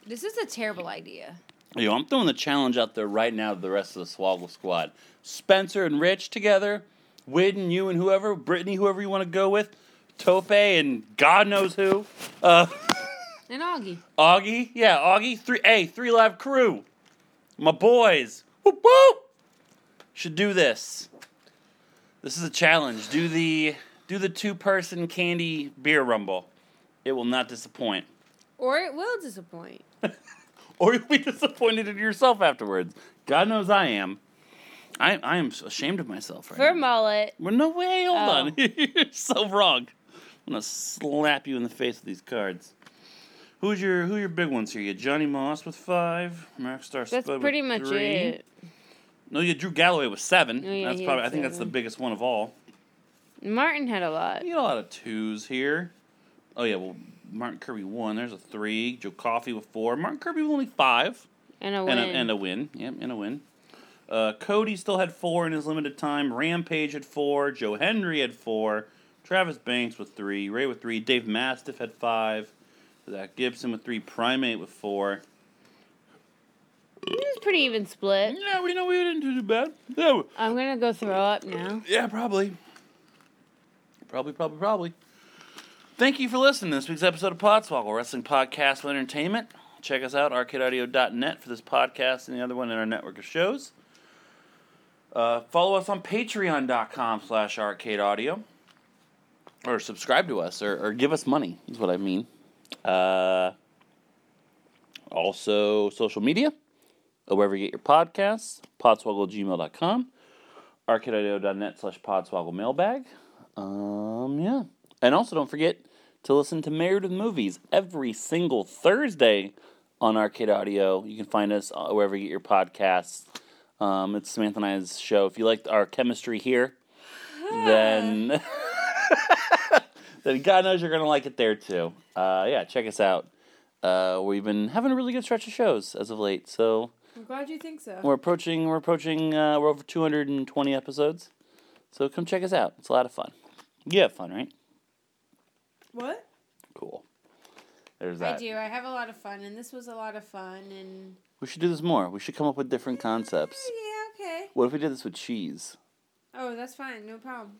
Speaker 3: This is a terrible idea.
Speaker 1: Yo, I'm throwing the challenge out there right now to the rest of the Swaggle Squad. Spencer and Rich together, Widden, you and whoever, Brittany, whoever you want to go with, Tope and God knows who, uh,
Speaker 3: And Augie.
Speaker 1: Augie, yeah, Augie, three, hey, three live crew, my boys, whoop whoop, should do this. This is a challenge. Do the do the two person candy beer rumble. It will not disappoint.
Speaker 3: Or it will disappoint.
Speaker 1: or you'll be disappointed in yourself afterwards. God knows I am. I I am ashamed of myself right
Speaker 3: For
Speaker 1: now.
Speaker 3: mullet.
Speaker 1: Well, no way. Hold
Speaker 3: Oh.
Speaker 1: on. You're so wrong. I'm gonna slap you in the face with these cards. Who's your who are your big ones here? You had Johnny Moss with five, Mark Star
Speaker 3: That's
Speaker 1: Spud
Speaker 3: pretty
Speaker 1: with
Speaker 3: much
Speaker 1: three.
Speaker 3: it.
Speaker 1: No, you had Drew Galloway with seven.
Speaker 3: Oh, yeah,
Speaker 1: that's
Speaker 3: he
Speaker 1: probably
Speaker 3: had
Speaker 1: I think that's the
Speaker 3: seven.
Speaker 1: biggest one of all.
Speaker 3: Martin had a lot.
Speaker 1: You got a lot of twos here. Oh yeah, well Martin Kirby won. There's a three. Joe Coffey with four. Martin Kirby with only five.
Speaker 3: And a win.
Speaker 1: and a, and a win. Yep, and a win. Uh, Cody still had four in his limited time. Rampage had four. Joe Henry had four. Travis Banks with three. Ray with three. Dave Mastiff had five. Zach Gibson with three. Primate with four.
Speaker 3: it was pretty even split.
Speaker 1: Yeah, we know we didn't do too bad. Yeah, we-
Speaker 3: I'm going to go throw up now.
Speaker 1: yeah, probably. Probably, probably, probably. Thank you for listening to this week's episode of Podswoggle Wrestling Podcast and Entertainment. Check us out, arcadeaudio.net, for this podcast and the other one in our network of shows. Uh, follow us on patreon.com slash arcadeaudio. Or subscribe to us, or, or give us money, is what I mean. Uh, also, social media, wherever you get your podcasts, podswoggle@gmail.com arcadeaudio.net slash podswoggle mailbag. Um, yeah. And also don't forget to listen to Married with Movies every single Thursday on Arcade Audio. You can find us uh, wherever you get your podcasts. Um, it's Samantha and I's show. If you liked our chemistry here, then then God knows you're gonna like it there too. Uh, yeah, check us out. Uh, we've been having a really good stretch of shows as of late, so
Speaker 3: I'm glad you think so.
Speaker 1: we're approaching. We're approaching. Uh, we're over 220 episodes, so come check us out. It's a lot of fun. You have fun, right?
Speaker 3: What?
Speaker 1: Cool. There's
Speaker 3: I
Speaker 1: that.
Speaker 3: do. I have a lot of fun, and this was a lot of fun. And
Speaker 1: We should do this more. We should come up with different concepts.
Speaker 3: yeah, okay.
Speaker 1: What if we did this with cheese?
Speaker 3: Oh, that's fine. No problem.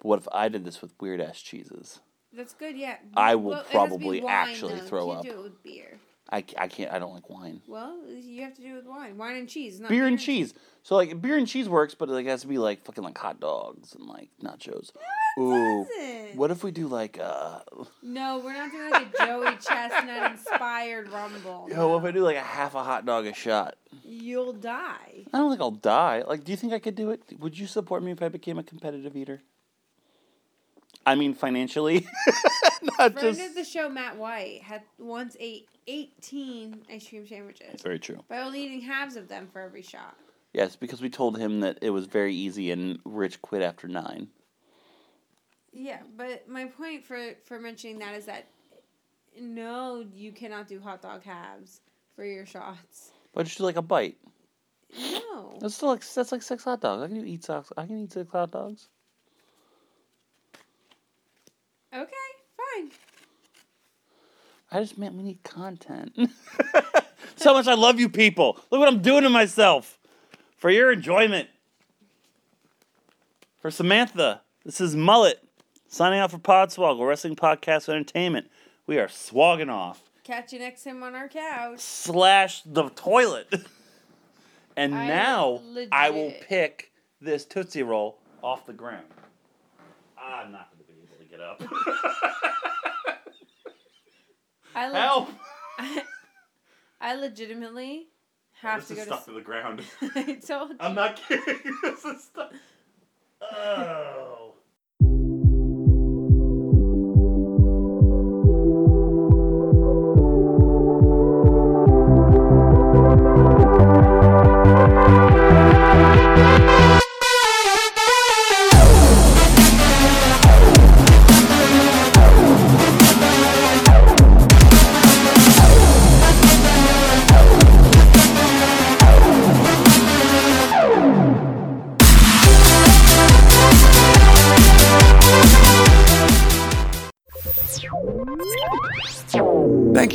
Speaker 1: What if I did this with weird ass cheeses?
Speaker 3: That's good. Yeah.
Speaker 1: I will
Speaker 3: Well, it has to be
Speaker 1: probably
Speaker 3: wine,
Speaker 1: actually
Speaker 3: though.
Speaker 1: throw
Speaker 3: Can't
Speaker 1: up.
Speaker 3: Do it with beer.
Speaker 1: I, ca- I can't. I don't like wine.
Speaker 2: Well, you have to do it with wine, wine and cheese,
Speaker 3: Oh,
Speaker 2: not
Speaker 1: Beer and cheese. So like beer and cheese works, but it like has to be like fucking like hot dogs and like nachos. Ooh.
Speaker 2: doesn't.
Speaker 1: What if we do like uh?
Speaker 2: No, we're not doing like a Joey Chestnut inspired rumble.
Speaker 1: Yo, what if I do like a half a hot dog a shot?
Speaker 2: You'll die.
Speaker 1: I don't think I'll die. Like, do you think I could do it? Would you support me if I became a competitive eater? I mean, financially, not
Speaker 2: Friend
Speaker 1: just.
Speaker 2: of the show, Matt White, had once ate 18 ice cream sandwiches
Speaker 1: Very true.
Speaker 2: by only eating halves of them for every shot.
Speaker 1: Yes, because we told him that it was very easy and Rich quit after nine.
Speaker 2: Yeah, but my point for for mentioning that is that no, you cannot do hot dog halves for your shots.
Speaker 1: Why don't you do like a bite?
Speaker 2: No.
Speaker 1: That's still like that's like six hot dogs. I can do eat socks. I can eat six hot dogs.
Speaker 2: Okay, fine.
Speaker 1: I just meant we need content. so much I love you people. Look what I'm doing to myself for your enjoyment. For Samantha, this is Mullet signing off for Podswoggle Wrestling Podcast Entertainment. We are swogging off
Speaker 2: Catch you next time on our couch.
Speaker 1: slash the toilet. and
Speaker 2: I
Speaker 1: now I will
Speaker 2: legit-
Speaker 1: pick this Tootsie Roll off the ground. I'm not going to be able to get up.
Speaker 2: I le-
Speaker 1: Help!
Speaker 2: I legitimately have
Speaker 1: this
Speaker 2: to
Speaker 1: is
Speaker 2: go to.
Speaker 1: stuck to
Speaker 2: s-
Speaker 1: the ground.
Speaker 2: I told you.
Speaker 1: I'm not kidding. this is stuff. Oh.
Speaker 8: Thank